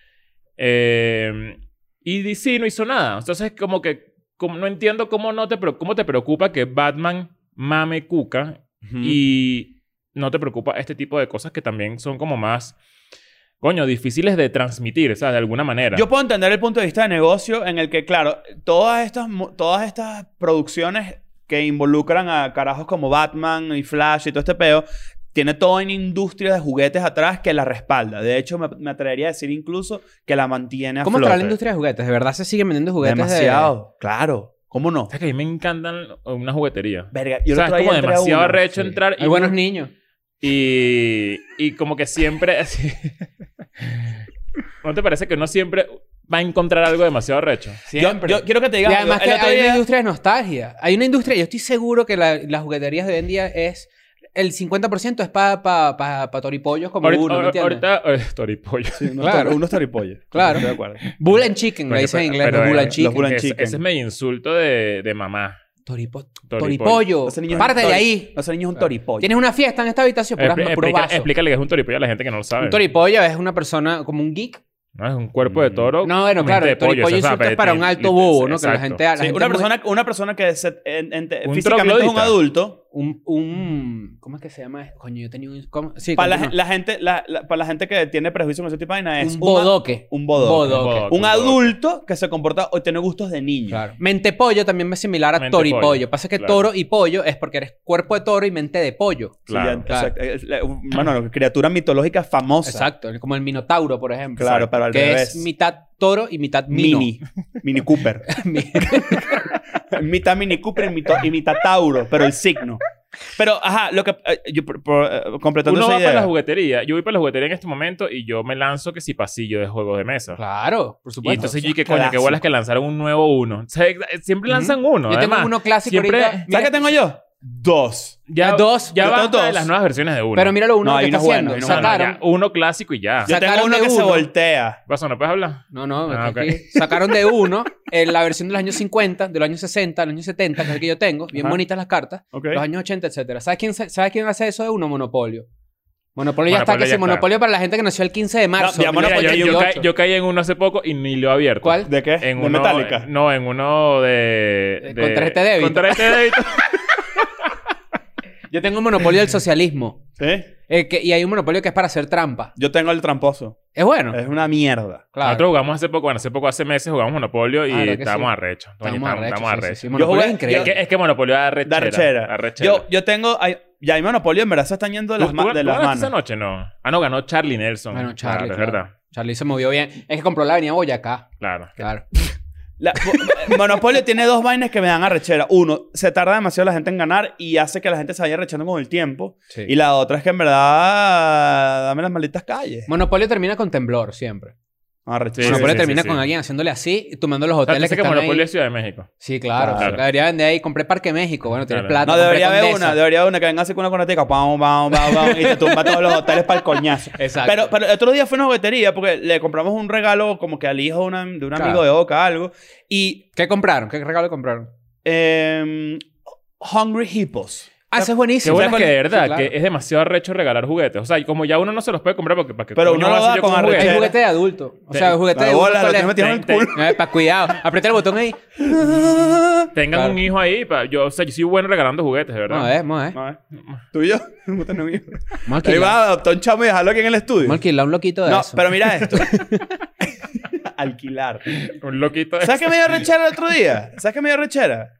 Speaker 2: Eh, y DC no hizo nada. Entonces, como que como- no entiendo cómo, no te, pre- cómo te preocupa que Batman mame cuca
Speaker 3: Ujú.
Speaker 2: y no te preocupa este tipo de cosas que también son como más coño, difíciles de transmitir, o sea, de alguna manera.
Speaker 3: Yo puedo entender el punto de vista de negocio en el que, claro, todas estas, mu- todas estas producciones que involucran a carajos como Batman y Flash y todo este peo, tiene toda una industria de juguetes atrás que la respalda. De hecho, me, me atrevería a decir incluso que la mantiene a
Speaker 4: ¿Cómo
Speaker 3: está
Speaker 4: está la industria de juguetes? ¿De verdad se siguen vendiendo juguetes? de-
Speaker 3: Demasiado, claro. ¿Cómo no?
Speaker 2: O sea, que a mí me encantan una juguetería.
Speaker 3: Verga, yo
Speaker 2: o sea,
Speaker 3: lo
Speaker 2: es como demasiado arrecho
Speaker 3: Sí.
Speaker 2: entrar y,
Speaker 4: Hay buenos niños.
Speaker 2: y, y como que siempre así. ¿No te parece que uno siempre va a encontrar algo demasiado arrecho?
Speaker 3: Yo, yo quiero que te
Speaker 4: Y
Speaker 3: diga algo.
Speaker 4: además
Speaker 3: El
Speaker 4: que
Speaker 3: otro
Speaker 4: hay una
Speaker 3: día-
Speaker 4: industria de nostalgia. Hay una industria, yo estoy seguro que la- las jugueterías de hoy en día es... El 50% es para pa, pa, pa toripollos como
Speaker 2: Ahorita-
Speaker 4: uno, ¿me
Speaker 2: ahor-
Speaker 4: entiendes?
Speaker 2: ahorita, eh, Toripollo.
Speaker 3: Sí, unos
Speaker 4: Claro.
Speaker 3: tor- unos toripollos.
Speaker 4: Claro.
Speaker 3: Estoy de acuerdo.
Speaker 4: Bull and chicken, le dicen en inglés,
Speaker 2: Pero,
Speaker 4: los bull
Speaker 2: eh,
Speaker 4: and chicken.
Speaker 3: los bull and
Speaker 2: ese-
Speaker 3: chicken.
Speaker 2: Ese es mi insulto de, de mamá.
Speaker 4: Toripo-
Speaker 2: Toripollo.
Speaker 4: Toripollo.
Speaker 3: Ese niño es un
Speaker 4: Parte de
Speaker 3: tori-
Speaker 4: ahí.
Speaker 3: Ese niño es un toripollo.
Speaker 4: Tienes una fiesta en esta habitación, puras,
Speaker 2: Expli-
Speaker 4: puros
Speaker 2: explica-
Speaker 4: vasos.
Speaker 2: explícale que es un toripollo a la gente que no lo sabe.
Speaker 4: Un toripollo es una persona como un geek.
Speaker 2: No, es un cuerpo de
Speaker 3: Mm.
Speaker 2: toro.
Speaker 4: No, bueno,
Speaker 2: mente
Speaker 4: claro,
Speaker 2: de
Speaker 4: el toripollo
Speaker 2: pollo, o sea,
Speaker 4: insulto es para un alto
Speaker 2: li-
Speaker 4: bobo, ¿no? Que
Speaker 2: exacto.
Speaker 4: la gente... la
Speaker 3: Sí,
Speaker 4: gente
Speaker 3: una,
Speaker 4: es muy-
Speaker 3: persona, una persona que se- en- en-
Speaker 2: Un
Speaker 3: físicamente es un
Speaker 2: troglodita.
Speaker 3: adulto.
Speaker 4: Un, un... ¿Cómo es que se llama? Coño, yo tenía un... ¿cómo? Sí,
Speaker 3: Para la,
Speaker 4: continúa.
Speaker 3: la gente, la, la- para la gente que tiene prejuicio con ese tipo de vaina es
Speaker 4: un
Speaker 3: una-
Speaker 4: bodoque.
Speaker 3: un bodoque.
Speaker 4: Bodoque.
Speaker 2: Un bodoque.
Speaker 3: Un adulto que se comporta o tiene gustos de niño.
Speaker 4: Claro. Mente pollo también es similar a
Speaker 2: Mente
Speaker 4: toro y
Speaker 2: pollo,
Speaker 4: pollo. Pasa que
Speaker 2: claro.
Speaker 4: toro y pollo es porque eres cuerpo de toro y mente de pollo.
Speaker 3: Sí, ya-
Speaker 2: Claro.
Speaker 3: exacto. Es la- un- Bueno, una criatura mitológica famosa.
Speaker 4: Exacto. Como el minotauro, por ejemplo.
Speaker 3: Claro, pero al
Speaker 4: que
Speaker 3: revés.
Speaker 4: es mitad toro y mitad mino.
Speaker 3: Mini. Mini Cooper.
Speaker 4: Mi-
Speaker 3: mitad Mini Cooper y mito- y mitad Tauro, pero el signo. Pero, ajá, lo que. eh, yo, por- por, eh, completando
Speaker 2: Uno
Speaker 3: esa
Speaker 2: va
Speaker 3: idea.
Speaker 2: para la juguetería. Yo voy para la juguetería en este momento y yo me lanzo que si pasillo de juegos de mesa.
Speaker 4: claro, por
Speaker 2: Y
Speaker 4: supuesto.
Speaker 2: entonces yo dije, coño, qué
Speaker 3: clásico.
Speaker 2: bolas que lanzaron un nuevo uno. O sea, ex- siempre lanzan uno.
Speaker 4: yo tengo
Speaker 2: además.
Speaker 4: uno clásico
Speaker 2: siempre-
Speaker 4: ahorita.
Speaker 3: ¿Sabes
Speaker 4: Mira,
Speaker 3: qué tengo yo? Dos.
Speaker 2: Ya,
Speaker 4: Ya dos,
Speaker 2: Ya
Speaker 3: yo
Speaker 2: basta
Speaker 3: tengo
Speaker 2: de
Speaker 3: dos.
Speaker 2: las nuevas versiones de uno.
Speaker 4: Pero mira lo uno
Speaker 3: No,
Speaker 4: que
Speaker 3: hay
Speaker 4: está
Speaker 3: unos buenos,
Speaker 4: haciendo.
Speaker 3: hay unos
Speaker 2: No, no,
Speaker 4: sacaron.
Speaker 2: ya, uno clásico y ya.
Speaker 3: Yo tengo
Speaker 4: Sacaron
Speaker 3: uno
Speaker 4: de
Speaker 3: que se
Speaker 4: uno.
Speaker 3: voltea.
Speaker 2: ¿Qué pasó? ¿No puedes hablar?
Speaker 4: No, no,
Speaker 2: Ah,
Speaker 4: aquí- sacaron de uno en la versión de los años 50, de los años 60, de los años 70, que es el que yo tengo, bien
Speaker 3: Ajá.
Speaker 4: bonitas las cartas,
Speaker 3: Ok.
Speaker 4: los años 80, etcétera. ¿Sabes quién, sa- ¿Sabes quién hace eso de uno? Monopolio. Monopolio ya está,
Speaker 2: Monopolio
Speaker 4: que
Speaker 2: ya
Speaker 4: si
Speaker 2: está.
Speaker 4: Monopolio para la gente que nació el 15 de marzo.
Speaker 2: Mira,
Speaker 3: ya Monopoly
Speaker 2: yo, yo
Speaker 4: 1988.
Speaker 2: caí, yo caí en uno hace poco y ni lo he abierto.
Speaker 4: ¿Cuál?
Speaker 3: ¿De qué?
Speaker 2: En
Speaker 3: de
Speaker 2: uno, eh,
Speaker 3: Metallica.
Speaker 2: No, en uno de...
Speaker 4: Eh, con tarjeta de débito.
Speaker 2: Con tarjeta de débito.
Speaker 4: Yo tengo un monopolio del socialismo.
Speaker 3: ¿Sí?
Speaker 4: eh, que- y hay un monopolio que es para hacer trampa.
Speaker 3: Yo tengo el tramposo.
Speaker 4: Es bueno.
Speaker 2: Eh,
Speaker 3: Es una mierda.
Speaker 4: claro. Ah,
Speaker 2: Nosotros jugamos hace poco, bueno, hace poco, hace meses jugamos Monopolio y
Speaker 4: Claro que
Speaker 2: estábamos
Speaker 4: sí.
Speaker 2: arrechos. Coño,
Speaker 4: Estamos arrechos.
Speaker 2: Estamos
Speaker 4: sí,
Speaker 2: arrechos.
Speaker 4: sí, sí. Monopolio
Speaker 3: Yo
Speaker 4: es
Speaker 3: jugué-
Speaker 2: Es,
Speaker 4: increíble.
Speaker 2: que, es que Monopolio da arrechera.
Speaker 3: Da arrechera.
Speaker 2: arrechera.
Speaker 3: Yo, yo tengo... ay, ya hay Monopolio en verdad se están yendo de las,
Speaker 2: ¿Tú-
Speaker 3: ma-
Speaker 2: tú-
Speaker 3: de
Speaker 2: tú
Speaker 3: las
Speaker 2: ganaste esa
Speaker 3: manos.
Speaker 2: noche no? Ah, no, ganó Charlie Nelson.
Speaker 4: Bueno, Charlie,
Speaker 2: Claro, es
Speaker 4: claro.
Speaker 2: verdad.
Speaker 4: Charlie se movió bien. Es que compró la avenida Boyacá.
Speaker 2: Claro.
Speaker 4: Claro.
Speaker 3: La- mo- Monopolio tiene dos vainas que me dan arrechera. Uno, se tarda demasiado la gente en ganar y hace que la gente se vaya arrechando con el tiempo.
Speaker 4: Sí.
Speaker 3: Y la otra es que en verdad... Dame las malditas calles.
Speaker 4: Monopolio termina con temblor siempre.
Speaker 3: Arrechera.
Speaker 2: Sí,
Speaker 4: Monopolio
Speaker 2: sí, sí,
Speaker 4: termina
Speaker 2: sí,
Speaker 4: con
Speaker 2: sí.
Speaker 4: alguien haciéndole así y tomando los
Speaker 2: O sea, tú
Speaker 4: hoteles
Speaker 2: dices
Speaker 4: que
Speaker 2: que
Speaker 4: están
Speaker 2: Monopolio
Speaker 4: ahí.
Speaker 2: es Ciudad de México.
Speaker 4: Sí, claro.
Speaker 3: Claro.
Speaker 4: Debería vender ahí. Compré Parque México. Bueno, tienes
Speaker 2: Claro.
Speaker 4: plata.
Speaker 3: No, debería
Speaker 4: compré
Speaker 3: haber
Speaker 4: Condesa.
Speaker 3: una, debería haber una que venga así con una conetica, pam, pam, pam, pam, y te tumba todos los hoteles para el coñazo.
Speaker 4: Exacto.
Speaker 3: Pero, pero el otro día fue una juguetería porque le compramos un regalo como que al hijo de, una- de un
Speaker 4: Claro.
Speaker 3: amigo de Oca, algo. Y
Speaker 4: ¿Qué compraron? ¿Qué regalo compraron?
Speaker 3: em, Hungry Hippos.
Speaker 4: Ah, eso es
Speaker 2: Qué
Speaker 4: buenísimo.
Speaker 2: bueno que de verdad,
Speaker 4: Sí, claro.
Speaker 2: que es demasiado arrecho regalar juguetes. O sea, y como ya uno no se los puede comprar porque para que
Speaker 3: Pero
Speaker 2: coño
Speaker 3: uno lo
Speaker 2: voy a
Speaker 3: da
Speaker 2: hacer yo
Speaker 3: con
Speaker 2: un juguete?
Speaker 4: Es
Speaker 3: arrechera.
Speaker 4: juguete de adulto. O
Speaker 2: Te-
Speaker 4: sea, el este, juguete de
Speaker 3: La bola, lo
Speaker 4: adulto.
Speaker 3: tengo metido en el
Speaker 2: Ten- ten-
Speaker 3: culo.
Speaker 4: para Eh, cuidado. Aprieta el botón ahí.
Speaker 2: Tengan
Speaker 4: Claro.
Speaker 2: un hijo ahí. pa- yo, o sea, yo soy bueno regalando juguetes, de verdad.
Speaker 4: Vamos a ver, vamos a ver.
Speaker 3: A ver, Tú y yo. Vamos a tener un hijo.
Speaker 4: Vamos a
Speaker 3: Ahí
Speaker 4: alquilar-
Speaker 3: va a adoptar un chamo y dejarlo aquí en el estudio.
Speaker 4: vamos a alquilar un loquito de
Speaker 3: No,
Speaker 4: eso.
Speaker 3: pero mira esto. Alquilar.
Speaker 2: Un loquito. de-
Speaker 3: ¿Sabes qué me dio rechera el otro día? ¿Sabes qué me dio rechera?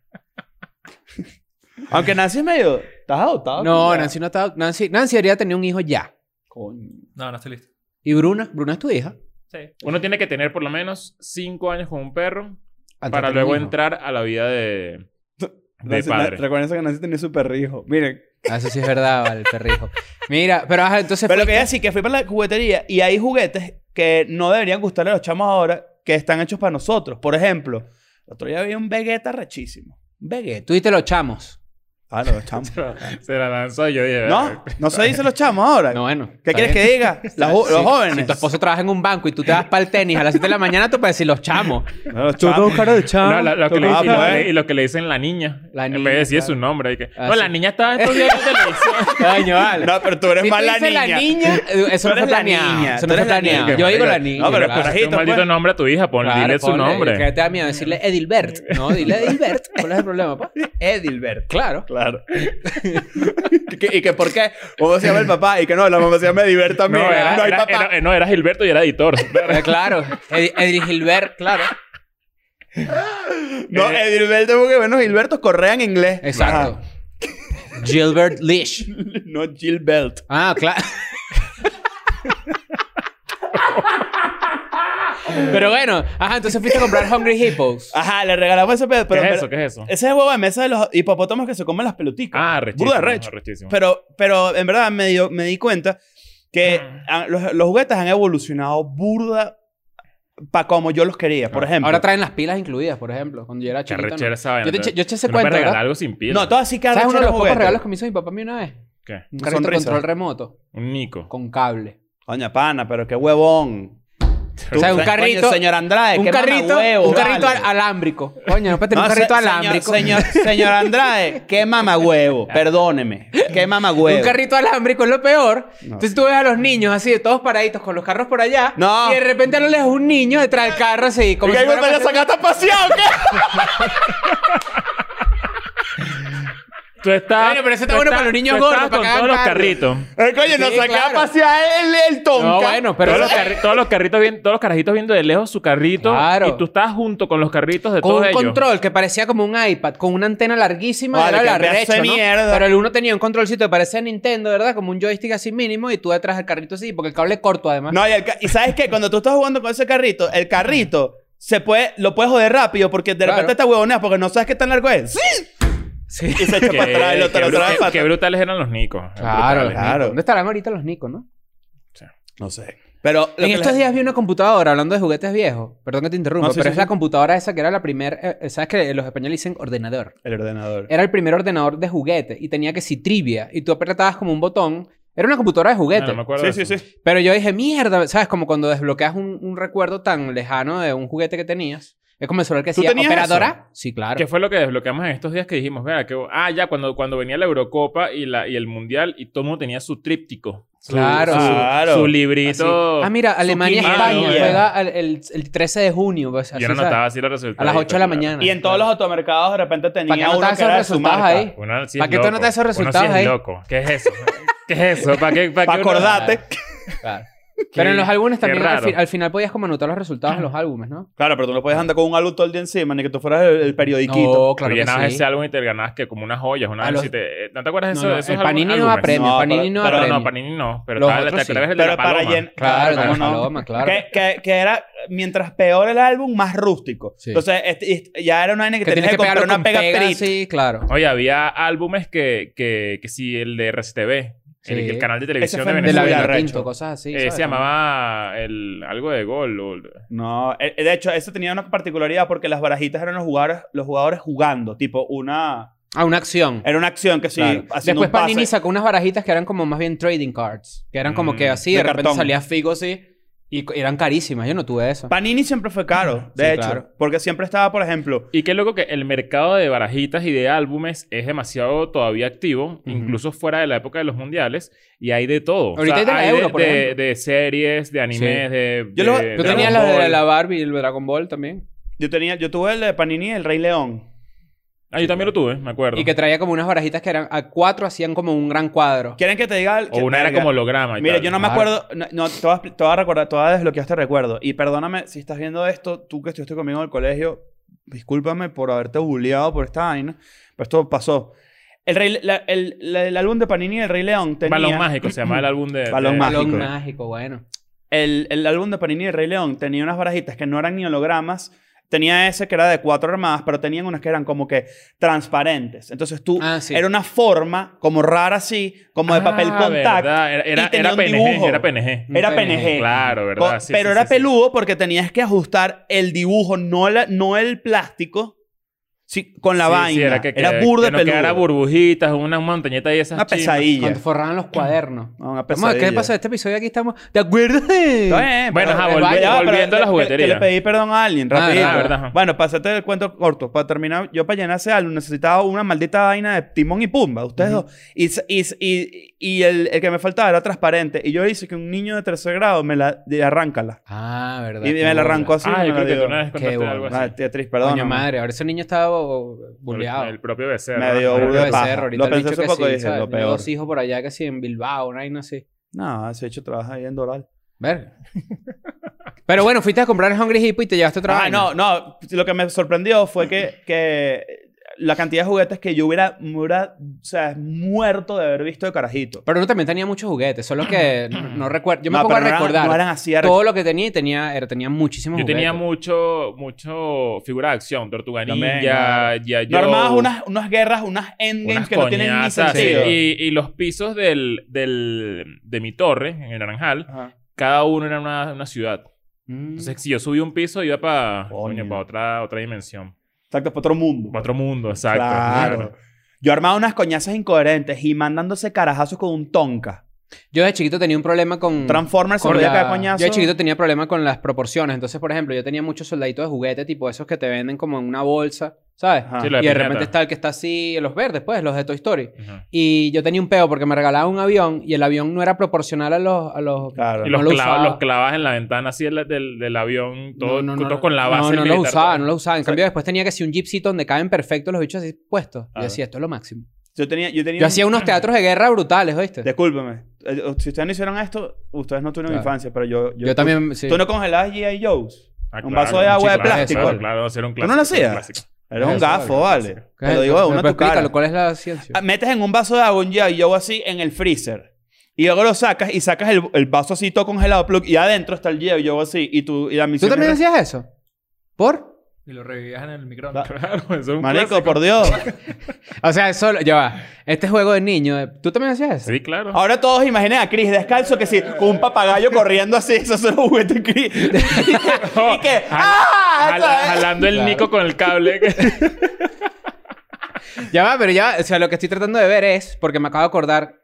Speaker 3: Aunque Nancy es medio. Estás adoptado.
Speaker 4: No,
Speaker 3: cuidado.
Speaker 4: Nancy no está... Nancy, Nancy debería tener un hijo ya.
Speaker 3: Coño.
Speaker 5: No, no estoy listo.
Speaker 4: ¿Y Bruna? ¿Bruna es tu hija?
Speaker 5: Sí.
Speaker 2: Uno tiene que tener por lo menos cinco años con un perro
Speaker 4: Antes
Speaker 2: para
Speaker 4: de tener
Speaker 2: luego
Speaker 4: un hijo.
Speaker 2: entrar a la vida de, de
Speaker 3: Nancy-
Speaker 2: padre.
Speaker 3: Na- Recuerden que Nancy tenía su perrijo. Miren.
Speaker 4: Ah, Eso sí es verdad, vale, el perrijo. Mira, pero ajá, entonces...
Speaker 3: Pero lo que
Speaker 4: fue-
Speaker 3: ella sí, que fui para la juguetería y hay juguetes que no deberían gustarle a los chamos ahora que están hechos para nosotros. Por ejemplo, el otro día había un Vegeta rechísimo. Un Vegeta.
Speaker 4: Tú diste los chamos.
Speaker 3: Ah, los chamos.
Speaker 2: Se la lanzó y yo dije...
Speaker 3: no, no se dice los chamos ahora.
Speaker 4: No, bueno.
Speaker 3: ¿Qué
Speaker 4: está
Speaker 3: quieres
Speaker 4: bien.
Speaker 3: que diga? Las ju-
Speaker 4: Si-
Speaker 3: los jóvenes.
Speaker 4: Si tu esposo trabaja en un banco y tú te vas para el tenis a las 7 de la mañana, tú puedes decir los chamos.
Speaker 3: No, los chamos.
Speaker 4: cara de chamo.
Speaker 2: No, lo, lo que le,
Speaker 3: Ah,
Speaker 2: y, lo
Speaker 3: pues.
Speaker 2: que le- y lo que le dicen la niña.
Speaker 4: La
Speaker 2: En
Speaker 4: niña,
Speaker 2: vez de decir
Speaker 4: claro.
Speaker 2: su nombre. y que,
Speaker 4: Ah,
Speaker 2: no,
Speaker 4: sí.
Speaker 2: la niña estaba estos días en televisión.
Speaker 4: Coño, vale.
Speaker 3: No, pero tú eres
Speaker 4: Si tú
Speaker 3: más la
Speaker 4: dices
Speaker 3: niña.
Speaker 4: la niña, eh,
Speaker 3: Tú
Speaker 4: eso no fue
Speaker 3: eres la
Speaker 4: planeado.
Speaker 3: niña, tú
Speaker 4: Eso no fue
Speaker 3: eres la
Speaker 4: planeado.
Speaker 3: niña.
Speaker 4: Ah, Yo digo la
Speaker 2: Marico,
Speaker 4: niña.
Speaker 3: No, pero
Speaker 4: claro.
Speaker 3: carajito,
Speaker 2: Un maldito
Speaker 3: pues.
Speaker 2: nombre a tu hija. Pon,
Speaker 4: Claro,
Speaker 2: dile su
Speaker 4: ponle,
Speaker 2: nombre.
Speaker 4: Que te da miedo decirle Edilbert. No, dile Edilbert. ¿Cuál es el problema, pa?
Speaker 3: Edilbert.
Speaker 4: Claro.
Speaker 3: Claro. ¿Y que- ¿Y que por qué? ¿Cómo se llama el papá? Y que no, la mamá se llama Edibert
Speaker 2: No,
Speaker 3: también. No,
Speaker 2: era,
Speaker 3: hay
Speaker 2: era-
Speaker 3: papá.
Speaker 2: era- eh, no, era Gilberto y era editor.
Speaker 4: Eh, Claro. Ed- Edris Gilbert, claro.
Speaker 3: No,
Speaker 2: Eh,
Speaker 3: Edilberto, porque bueno, Gilberto correa en inglés.
Speaker 4: Exacto. Gilbert Lish.
Speaker 3: Ajá. No Gilbert.
Speaker 4: Ah, claro. Pero bueno, ajá, entonces fuiste a comprar Hungry Hippos.
Speaker 3: Ajá, le regalamos ese pedo.
Speaker 2: ¿Qué
Speaker 3: Pero,
Speaker 2: es
Speaker 3: pero-
Speaker 2: eso? ¿Qué es eso?
Speaker 3: Ese es el huevo de mesa de los hipopótamos que se comen las pelotitas.
Speaker 2: Ah,
Speaker 3: Burda
Speaker 2: rechísimo.
Speaker 3: de recho.
Speaker 2: rechísimo.
Speaker 3: Pero, pero en verdad me, dio- me di cuenta que ah, los, los juguetes han evolucionado burda para como yo los quería, por ejemplo.
Speaker 4: Ah. Ahora traen las pilas incluidas, por ejemplo. Cuando yo era
Speaker 2: Qué
Speaker 4: chiquito. ¿no?
Speaker 2: arrechera esa vaina.
Speaker 4: Yo te eché- yo eché ese
Speaker 2: Tú no puedes
Speaker 4: cuento,
Speaker 2: regalar
Speaker 4: ¿verdad?
Speaker 2: algo sin piel.
Speaker 3: no, todo así que
Speaker 4: ¿Sabes uno de los pocos
Speaker 3: juguetes.
Speaker 4: regalos que me hizo mi papá a mí una vez?
Speaker 2: ¿Qué?
Speaker 4: Un carrito de
Speaker 3: Sonrisa.
Speaker 4: control remoto
Speaker 2: Un Nico.
Speaker 4: con cable.
Speaker 3: Coña, pana, pero qué huevón.
Speaker 4: O sea, un
Speaker 3: Coño,
Speaker 4: carrito-
Speaker 3: señor Andrade,
Speaker 4: Un
Speaker 3: Ah, qué
Speaker 4: carrito,
Speaker 3: mamahuevo,
Speaker 4: un carrito
Speaker 3: vale.
Speaker 4: al- alámbrico. Coño, no puede tener
Speaker 3: No,
Speaker 4: un carrito
Speaker 3: se-
Speaker 4: alámbrico.
Speaker 3: Señor, señor, señor Andrade, qué mamagüevo. Perdóneme. Qué mamagüevo.
Speaker 4: Un carrito alámbrico es lo peor. Entonces tú ves a los niños así, de todos paraditos con los carros por allá.
Speaker 3: No.
Speaker 4: Y de repente a lo lejos un niño detrás del carro así, como
Speaker 3: ¿Y
Speaker 4: si
Speaker 3: ahí me
Speaker 4: fuera
Speaker 3: la
Speaker 4: para-
Speaker 3: sacaste a pasear o qué?
Speaker 2: Tú estás.
Speaker 4: Bueno, pero eso está
Speaker 2: tú
Speaker 4: bueno
Speaker 2: estás-
Speaker 4: para los niños
Speaker 2: tú estás
Speaker 4: gordos, para
Speaker 2: con
Speaker 4: que
Speaker 2: todos
Speaker 4: hagan
Speaker 2: los carritos.
Speaker 3: Eh, coño, nos
Speaker 4: Sí,
Speaker 3: saqué
Speaker 4: claro.
Speaker 3: a pasear el, el tonka.
Speaker 4: No, bueno, pero...
Speaker 2: todos,
Speaker 4: eso-
Speaker 2: los carri- todos los carritos viendo, todos los carajitos viendo de lejos su carrito.
Speaker 4: Claro.
Speaker 2: Y tú estás junto con los carritos de
Speaker 4: con
Speaker 2: todos
Speaker 4: un
Speaker 2: ellos.
Speaker 4: control que parecía como un iPad, con una antena larguísima,
Speaker 3: Vale,
Speaker 4: era
Speaker 3: que
Speaker 4: la
Speaker 3: me hace
Speaker 4: recho, ¿no?
Speaker 3: mierda.
Speaker 4: Pero el uno tenía un controlcito que parecía Nintendo, ¿verdad? Como un joystick así mínimo y tú detrás del carrito así, porque el cable es corto además.
Speaker 3: No, y, el ca- y sabes que cuando tú estás jugando con ese carrito, el carrito se puede, lo puedes joder rápido porque de
Speaker 4: Claro.
Speaker 3: repente te huevoneas porque no sabes qué tan largo es. ¡Sí!
Speaker 4: Sí.
Speaker 3: Y se echa
Speaker 2: Qué-
Speaker 3: para atrás y lo te
Speaker 2: qué
Speaker 3: lo
Speaker 2: brutal-
Speaker 3: trae para
Speaker 2: qué
Speaker 3: atrás.
Speaker 2: brutales eran los Nicos.
Speaker 4: Claro,
Speaker 2: Brutales.
Speaker 3: claro.
Speaker 4: claro. ¿Dónde estarán ahorita los Nikos, no?
Speaker 3: No sé. Pero lo
Speaker 4: en
Speaker 3: que
Speaker 4: estos
Speaker 3: les-
Speaker 4: días vi una computadora hablando de juguetes viejos. Perdón que te interrumpa,
Speaker 3: No, sí,
Speaker 4: pero
Speaker 3: sí,
Speaker 4: es la
Speaker 3: sí.
Speaker 4: computadora esa que era la primera. ¿Sabes que los españoles dicen ordenador?
Speaker 3: El ordenador.
Speaker 4: Era el primer ordenador de juguete y tenía que si trivia. Y tú apretabas como un botón. Era una computadora de
Speaker 2: Ah,
Speaker 4: juguete.
Speaker 2: no me acuerdo de
Speaker 3: Sí, sí,
Speaker 2: eso.
Speaker 3: sí.
Speaker 4: Pero yo dije, mierda, ¿sabes? Como cuando desbloqueas un, un recuerdo tan lejano de un juguete que tenías. Es como el celular que
Speaker 3: ¿Tú
Speaker 4: decía,
Speaker 3: tenías
Speaker 4: ¿operadora? Sí, claro.
Speaker 2: ¿Qué fue lo que desbloqueamos en estos días que dijimos? Mira, que, ah, ya, cuando, cuando venía la Eurocopa y, la, y el Mundial y todo el mundo tenía su tríptico. Su-
Speaker 4: Claro.
Speaker 2: Su,
Speaker 3: Claro. Ah,
Speaker 2: su
Speaker 4: Así.
Speaker 2: librito.
Speaker 4: Ah, mira,
Speaker 3: quiniela,
Speaker 4: Alemania-España
Speaker 3: ¿no?
Speaker 4: juega el, el- el 13 de junio. o sea,
Speaker 2: Yo no
Speaker 4: así,
Speaker 2: notaba pues,
Speaker 4: ¿sabes?
Speaker 2: así los resultados.
Speaker 4: A las 8 de la mañana.
Speaker 3: Y en todos los automercados de repente
Speaker 4: ¿Para qué
Speaker 3: tenía uno
Speaker 4: anotas
Speaker 3: que
Speaker 4: esos
Speaker 3: era de su
Speaker 4: resultados
Speaker 3: marca.
Speaker 4: ahí?
Speaker 2: Uno sí es
Speaker 4: ¿Para qué tú
Speaker 2: loco.
Speaker 4: anotas esos
Speaker 2: Uno sí
Speaker 4: resultados
Speaker 2: es
Speaker 4: ahí?
Speaker 2: loco. ¿Qué es eso? ¿Qué es eso? ¿Para qué? ¿Para
Speaker 3: Para
Speaker 2: qué uno-
Speaker 3: acordarte.
Speaker 4: Claro. Pero en los álbumes
Speaker 2: qué
Speaker 4: también al,
Speaker 2: raro.
Speaker 4: fi- al final podías como anotar los resultados de los álbumes, ¿no?
Speaker 3: Claro, pero tú no puedes andar con un alumno todo el día encima, ni que tú fueras el, el periodiquito.
Speaker 4: No, Oh, claro
Speaker 2: Tú
Speaker 4: que
Speaker 2: llenabas
Speaker 4: sí.
Speaker 2: ese álbum y te ganabas que como unas joyas. Una
Speaker 4: A
Speaker 2: vez
Speaker 4: los-
Speaker 2: si te- eh, ¿No te acuerdas de
Speaker 4: No,
Speaker 2: eso?
Speaker 4: no,
Speaker 2: de esos
Speaker 4: el
Speaker 2: álbum-
Speaker 4: Panini no
Speaker 2: álbumes?
Speaker 4: da premio,
Speaker 3: No,
Speaker 4: Panini
Speaker 3: pero-
Speaker 4: no da
Speaker 2: Pero
Speaker 4: premio.
Speaker 2: no, Panini no. Pero
Speaker 4: Los
Speaker 2: estaba-
Speaker 4: otros
Speaker 2: te
Speaker 4: sí.
Speaker 2: acuerdas del de
Speaker 3: Pero
Speaker 2: la
Speaker 3: para
Speaker 2: paloma.
Speaker 3: llenar.
Speaker 4: Claro, de la paloma, claro.
Speaker 3: Que, que- que era, mientras peor el álbum, más rústico.
Speaker 4: Sí.
Speaker 3: Entonces, este- este- ya era una vaina que,
Speaker 4: Que
Speaker 3: tenías
Speaker 4: tienes
Speaker 3: que
Speaker 4: que
Speaker 3: comprar
Speaker 4: pegarlo
Speaker 3: una
Speaker 4: con
Speaker 3: pega,
Speaker 4: pega,
Speaker 3: perita.
Speaker 4: sí, claro.
Speaker 2: Oye, había álbumes que, que, que sí, el de RCTV, el,
Speaker 4: Sí.
Speaker 2: el canal de televisión
Speaker 3: Ese fue
Speaker 2: de
Speaker 3: el
Speaker 4: De la
Speaker 3: Muy
Speaker 2: Venezuela.
Speaker 4: Vela
Speaker 3: arrecho.
Speaker 4: Pinto, cosas así.
Speaker 2: Eh,
Speaker 4: ¿sabes?
Speaker 2: se llamaba el, algo de gol. o-
Speaker 3: No, eh, de hecho, eso tenía una particularidad porque las barajitas eran los jugadores, los jugadores jugando. Tipo, una.
Speaker 4: Ah, una acción.
Speaker 3: Era una acción que Eh, sí,
Speaker 4: Claro.
Speaker 3: haciendo
Speaker 4: Después
Speaker 3: un pase.
Speaker 4: Panini sacó unas barajitas que eran como más bien trading cards. Que eran como
Speaker 2: Mm,
Speaker 4: que así,
Speaker 3: de
Speaker 4: de, repente
Speaker 3: cartón.
Speaker 4: salía Figo así. Y co- eran carísimas. Yo no tuve eso.
Speaker 3: Panini siempre fue caro, de
Speaker 4: Sí,
Speaker 3: hecho.
Speaker 4: claro.
Speaker 3: Porque siempre estaba, por ejemplo.
Speaker 2: Y qué loco que el mercado de barajitas y de álbumes es demasiado todavía activo,
Speaker 4: Ujú.
Speaker 2: incluso fuera de la época de los mundiales, y hay de todo.
Speaker 4: Ahorita hay de la
Speaker 2: de,
Speaker 4: Euro, por
Speaker 2: de-
Speaker 4: ejemplo.
Speaker 2: de series, de animes, de.
Speaker 3: Yo lo-
Speaker 2: de-
Speaker 4: Tú
Speaker 3: Dragon
Speaker 4: tenías los de
Speaker 3: Ball.
Speaker 4: la Barbie y el Dragon Ball también.
Speaker 3: Yo tenía, yo tuve el de Panini y el Rey León.
Speaker 2: Ah, yo también lo tuve, me acuerdo.
Speaker 4: Y que traía como unas barajitas que eran a cuatro, hacían como un gran cuadro.
Speaker 3: ¿Quieren que te diga? el-
Speaker 2: o una era
Speaker 3: Verga.
Speaker 2: como holograma. y
Speaker 3: Mira,
Speaker 2: tal.
Speaker 3: yo no me
Speaker 4: Claro.
Speaker 3: acuerdo, no, no, te, voy a, expli- te voy a recordar, te voy a desbloquear este recuerdo. Y perdóname si estás viendo esto, tú que estuviste conmigo en el colegio, discúlpame por haberte bulleado por esta vaina, pero esto pasó. El, Rey- la- el, la- el álbum de Panini del Rey León tenía...
Speaker 2: Balón Mágico se llamaba el álbum de.
Speaker 3: Balón
Speaker 2: de-
Speaker 3: Mágico.
Speaker 4: Balón mágico, bueno.
Speaker 3: El, el álbum de Panini del Rey León tenía unas barajitas que no eran ni hologramas, tenía ese que era de cuatro armadas, pero tenían unas que eran como que transparentes. Entonces tú,
Speaker 4: Ah, sí.
Speaker 3: era una forma como rara así, como de papel
Speaker 2: Ah,
Speaker 3: contact.
Speaker 2: verdad, Era, era,
Speaker 3: y tenía
Speaker 2: era
Speaker 3: un
Speaker 2: PNG,
Speaker 3: dibujo.
Speaker 2: era PNG.
Speaker 4: Un
Speaker 3: Era
Speaker 4: PNG.
Speaker 3: PNG.
Speaker 2: Claro, ¿verdad?
Speaker 3: Co-
Speaker 2: Sí,
Speaker 3: pero
Speaker 2: sí,
Speaker 3: era
Speaker 2: sí, sí.
Speaker 3: peludo porque tenías que ajustar el dibujo, no, la, no el plástico, sí, con la
Speaker 2: Sí, sí,
Speaker 3: vaina. era
Speaker 2: que- que-
Speaker 3: burda
Speaker 2: que no
Speaker 3: peludo.
Speaker 2: quedara burbujitas, una montañeta y esas
Speaker 3: una
Speaker 2: chimas.
Speaker 3: pesadilla.
Speaker 4: Cuando forraban los cuadernos.
Speaker 3: No, una
Speaker 4: Vamos,
Speaker 3: pesadilla.
Speaker 4: ¿qué pasó? Este episodio aquí estamos. ¿De acuerdo? Sí.
Speaker 2: Bueno, ajá,
Speaker 4: el
Speaker 2: volve-
Speaker 4: baño,
Speaker 3: Ya, pero
Speaker 2: volviendo a la
Speaker 3: le- que-
Speaker 2: juguetería.
Speaker 3: Que, le pedí perdón a alguien,
Speaker 4: Ah,
Speaker 3: rapidito.
Speaker 4: verdad,
Speaker 2: verdad, ajá.
Speaker 3: Bueno, para hacerte el cuento corto, para terminar, yo para llenar ese álbum necesitaba una maldita vaina de Timón y Pumba, ustedes dos. Y, s- y, s- y, y el, el que me faltaba era transparente. Y yo hice que un niño de tercer grado me la... de- arráncala.
Speaker 4: Ah, verdad.
Speaker 3: Y
Speaker 4: qué
Speaker 3: me la
Speaker 4: burda.
Speaker 3: arrancó así.
Speaker 2: Ah,
Speaker 3: y me
Speaker 2: yo
Speaker 3: la
Speaker 2: creo que
Speaker 3: dio.
Speaker 2: tú una vez
Speaker 4: Qué
Speaker 2: contaste
Speaker 4: bueno.
Speaker 2: algo así.
Speaker 3: Ah, Beatriz,
Speaker 4: Coño
Speaker 3: perdón.
Speaker 4: madre, ahora ese niño estaba o bulleado.
Speaker 2: El propio Becerra.
Speaker 3: Me dio
Speaker 2: Ajá.
Speaker 3: burda de
Speaker 4: Becerro,
Speaker 3: paja.
Speaker 4: ahorita
Speaker 3: Lo
Speaker 4: el
Speaker 3: pensé
Speaker 4: bicho
Speaker 3: hace
Speaker 4: que
Speaker 3: poco y
Speaker 4: sí,
Speaker 3: dije,
Speaker 4: ¿sabes?
Speaker 3: lo
Speaker 4: Tiene
Speaker 3: peor.
Speaker 4: dos hijos por allá que sí, en Bilbao, una vaina así.
Speaker 3: No, ese hecho trabaja ahí en Doral.
Speaker 4: Verga. Pero bueno, fuiste a comprar el Hungry Hippo y te llevaste otra
Speaker 3: Ah,
Speaker 4: vaina.
Speaker 3: no, no. Lo que me sorprendió fue que, que la cantidad de juguetes que yo hubiera, me hubiera, o sea, muerto de haber visto de carajito.
Speaker 4: Pero uno también tenía muchos juguetes, solo que no, no recuerdo. Yo me
Speaker 3: No,
Speaker 4: pongo a
Speaker 3: pero no eran-
Speaker 4: recordar
Speaker 3: no eran así arrechos.
Speaker 4: todo lo que tenía y tenía, era, tenía muchísimos
Speaker 2: Yo tenía
Speaker 4: juguetes.
Speaker 2: mucho, mucho figura de acción, Tortuga
Speaker 3: También,
Speaker 2: Ninja, G.I.
Speaker 3: No
Speaker 2: Joe,
Speaker 3: armabas unas, unas guerras, unas endgames
Speaker 2: unas
Speaker 3: que no tienen ni
Speaker 2: coñazas,
Speaker 3: sentido.
Speaker 2: sí. Y, y los pisos del, del, de mi torre, en el Naranjal,
Speaker 3: Ajá.
Speaker 2: cada uno era una, una ciudad.
Speaker 4: Mm.
Speaker 2: Entonces, si yo subí un piso, iba para
Speaker 3: Coño.
Speaker 2: otra, otra dimensión.
Speaker 3: Exacto, para otro mundo.
Speaker 2: Pa' otro mundo, exacto.
Speaker 3: claro.
Speaker 2: claro.
Speaker 3: Yo armaba unas coñazas incoherentes y mandándose carajazos con un tonka.
Speaker 4: Yo de chiquito tenía un problema con...
Speaker 3: Transformers se
Speaker 4: con
Speaker 3: podía
Speaker 4: la-
Speaker 3: caer coñazo.
Speaker 4: Mm. Yo de chiquito tenía problema con las proporciones. Entonces, por ejemplo, yo tenía muchos soldaditos de juguete, tipo esos que te venden como en una bolsa, ¿sabes?
Speaker 3: Ajá.
Speaker 2: Sí, lo de
Speaker 4: y de
Speaker 2: piñata.
Speaker 4: repente está el que está así, los verdes, pues, los de Toy Story.
Speaker 2: Ajá.
Speaker 4: Y yo tenía un peo porque me regalaba un avión y el avión no era proporcional a los... A los...
Speaker 3: Claro.
Speaker 2: Y los,
Speaker 4: No lo
Speaker 2: clavas,
Speaker 4: usaba.
Speaker 2: los clavas en la ventana así del, del, del avión, todo,
Speaker 4: No, no, no,
Speaker 2: todo con la
Speaker 4: no,
Speaker 2: base
Speaker 4: No, no,
Speaker 2: militar.
Speaker 4: los usaba, no los usaba. En cambio, después tenía que si un jeepcito donde caben perfectos los bichos así puestos. Y
Speaker 3: Claro.
Speaker 4: decía, esto es lo máximo.
Speaker 3: Yo tenía... Yo, tenía
Speaker 4: Yo hacía unos teatros de guerra brutales, ¿oíste?
Speaker 3: Discúlpeme. Eh, Si ustedes no hicieron esto, ustedes no tuvieron
Speaker 4: Claro.
Speaker 3: infancia, pero yo... Yo,
Speaker 4: Yo también, sí.
Speaker 3: ¿Tú no congelabas G.I. Joe's?
Speaker 2: Ah,
Speaker 3: Un
Speaker 2: claro,
Speaker 3: vaso de agua de
Speaker 2: claro,
Speaker 3: plástico.
Speaker 2: Claro, claro, hacer un
Speaker 3: ¿Tú no
Speaker 2: clásico.
Speaker 3: lo
Speaker 2: hacer un
Speaker 3: hacías?
Speaker 2: clásico.
Speaker 3: Eres un
Speaker 4: Eso,
Speaker 3: gafo,
Speaker 2: vale.
Speaker 3: vale. Te lo digo de
Speaker 4: Pero
Speaker 3: una a tu cara.
Speaker 4: explícalo, ¿cuál es la ciencia?
Speaker 3: Ah, Metes en un vaso de agua un G.I. Joe así en el freezer. Y luego lo sacas y sacas el, el vaso así todo congelado, plug, y adentro está el G.I. Joe así. Y, tú, y la
Speaker 4: ¿Tú
Speaker 3: misión...
Speaker 4: también
Speaker 3: era-
Speaker 4: hacías eso? ¿Por?
Speaker 5: Y lo revivías en el micrófono.
Speaker 2: Claro, eso es un
Speaker 3: Marico,
Speaker 2: clásico.
Speaker 3: por Dios.
Speaker 4: O sea, solo, ya va. Este juego de niño, eh, ¿tú también hacías eso?
Speaker 2: Sí, claro.
Speaker 3: Ahora todos imaginen a Chris descalzo que sí, con un papagayo corriendo así, eso es un juguete Chris. y que, y que, ¡ah!
Speaker 2: Jala- jalando el
Speaker 4: Claro.
Speaker 2: Nico con el cable.
Speaker 4: Ya va, pero ya, o sea, lo que estoy tratando de ver es, porque me acabo de acordar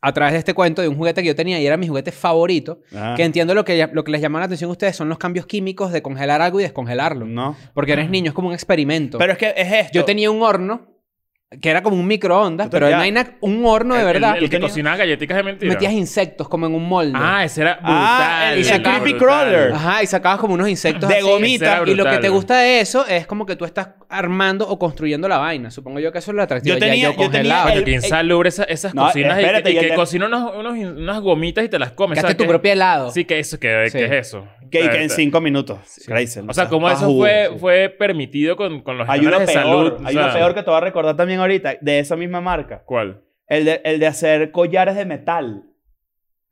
Speaker 4: a través de este cuento de un juguete que yo tenía y era mi juguete favorito,
Speaker 3: Ah.
Speaker 4: que entiendo lo que, ya- lo que les llamó la atención a ustedes son los cambios químicos de congelar algo y descongelarlo.
Speaker 3: No.
Speaker 4: Porque eres niño, es como un experimento.
Speaker 3: Pero es que es esto.
Speaker 4: yo tenía un horno que era como un microondas,
Speaker 3: Tú te-
Speaker 4: pero
Speaker 3: ya.
Speaker 4: era una- un horno de
Speaker 2: El- el-
Speaker 4: verdad.
Speaker 2: El, que
Speaker 3: tenías-
Speaker 2: cocinaba galletitas de mentira.
Speaker 4: metías insectos como en un molde.
Speaker 2: Ah, ese era brutal.
Speaker 3: Ah, el-
Speaker 2: ese
Speaker 4: el
Speaker 2: era
Speaker 3: creepy
Speaker 2: brutal.
Speaker 3: crawler.
Speaker 4: Ajá, y sacabas como unos insectos
Speaker 3: De
Speaker 4: así.
Speaker 3: gomita.
Speaker 2: Ese era
Speaker 4: Y lo que
Speaker 2: brutal.
Speaker 4: te gusta de eso es como que tú estás armando o construyendo la vaina. Supongo yo que eso es lo atractivo.
Speaker 3: Yo
Speaker 4: Ya
Speaker 3: tenía- yo tenía
Speaker 4: congelado.
Speaker 2: Coño,
Speaker 3: el-
Speaker 2: que
Speaker 3: el-
Speaker 2: insalubre esa- esas
Speaker 3: No,
Speaker 2: cocinas y que-
Speaker 3: espérate,
Speaker 2: y
Speaker 3: y
Speaker 2: que,
Speaker 3: el de-
Speaker 2: cocina unos- unos in- unas gomitas y te las comes.
Speaker 4: Gaste
Speaker 2: ¿sabes
Speaker 4: tu
Speaker 2: qué?
Speaker 4: propio helado.
Speaker 2: Sí, que eso, que,
Speaker 4: Sí.
Speaker 2: que es eso.
Speaker 3: Que,
Speaker 2: O
Speaker 3: y
Speaker 2: sea,
Speaker 3: que en cinco minutos. Crazy.
Speaker 2: Este. O sea, como
Speaker 3: Ah,
Speaker 2: eso
Speaker 3: jugo,
Speaker 2: fue,
Speaker 3: sí.
Speaker 2: fue permitido con, con los
Speaker 3: Hay uno
Speaker 2: estándares
Speaker 3: peor.
Speaker 2: de salud. o
Speaker 3: hay
Speaker 2: sea,
Speaker 3: uno peor que te voy a recordar también ahorita, de esa misma marca.
Speaker 2: ¿Cuál?
Speaker 3: El de, el de hacer collares de metal.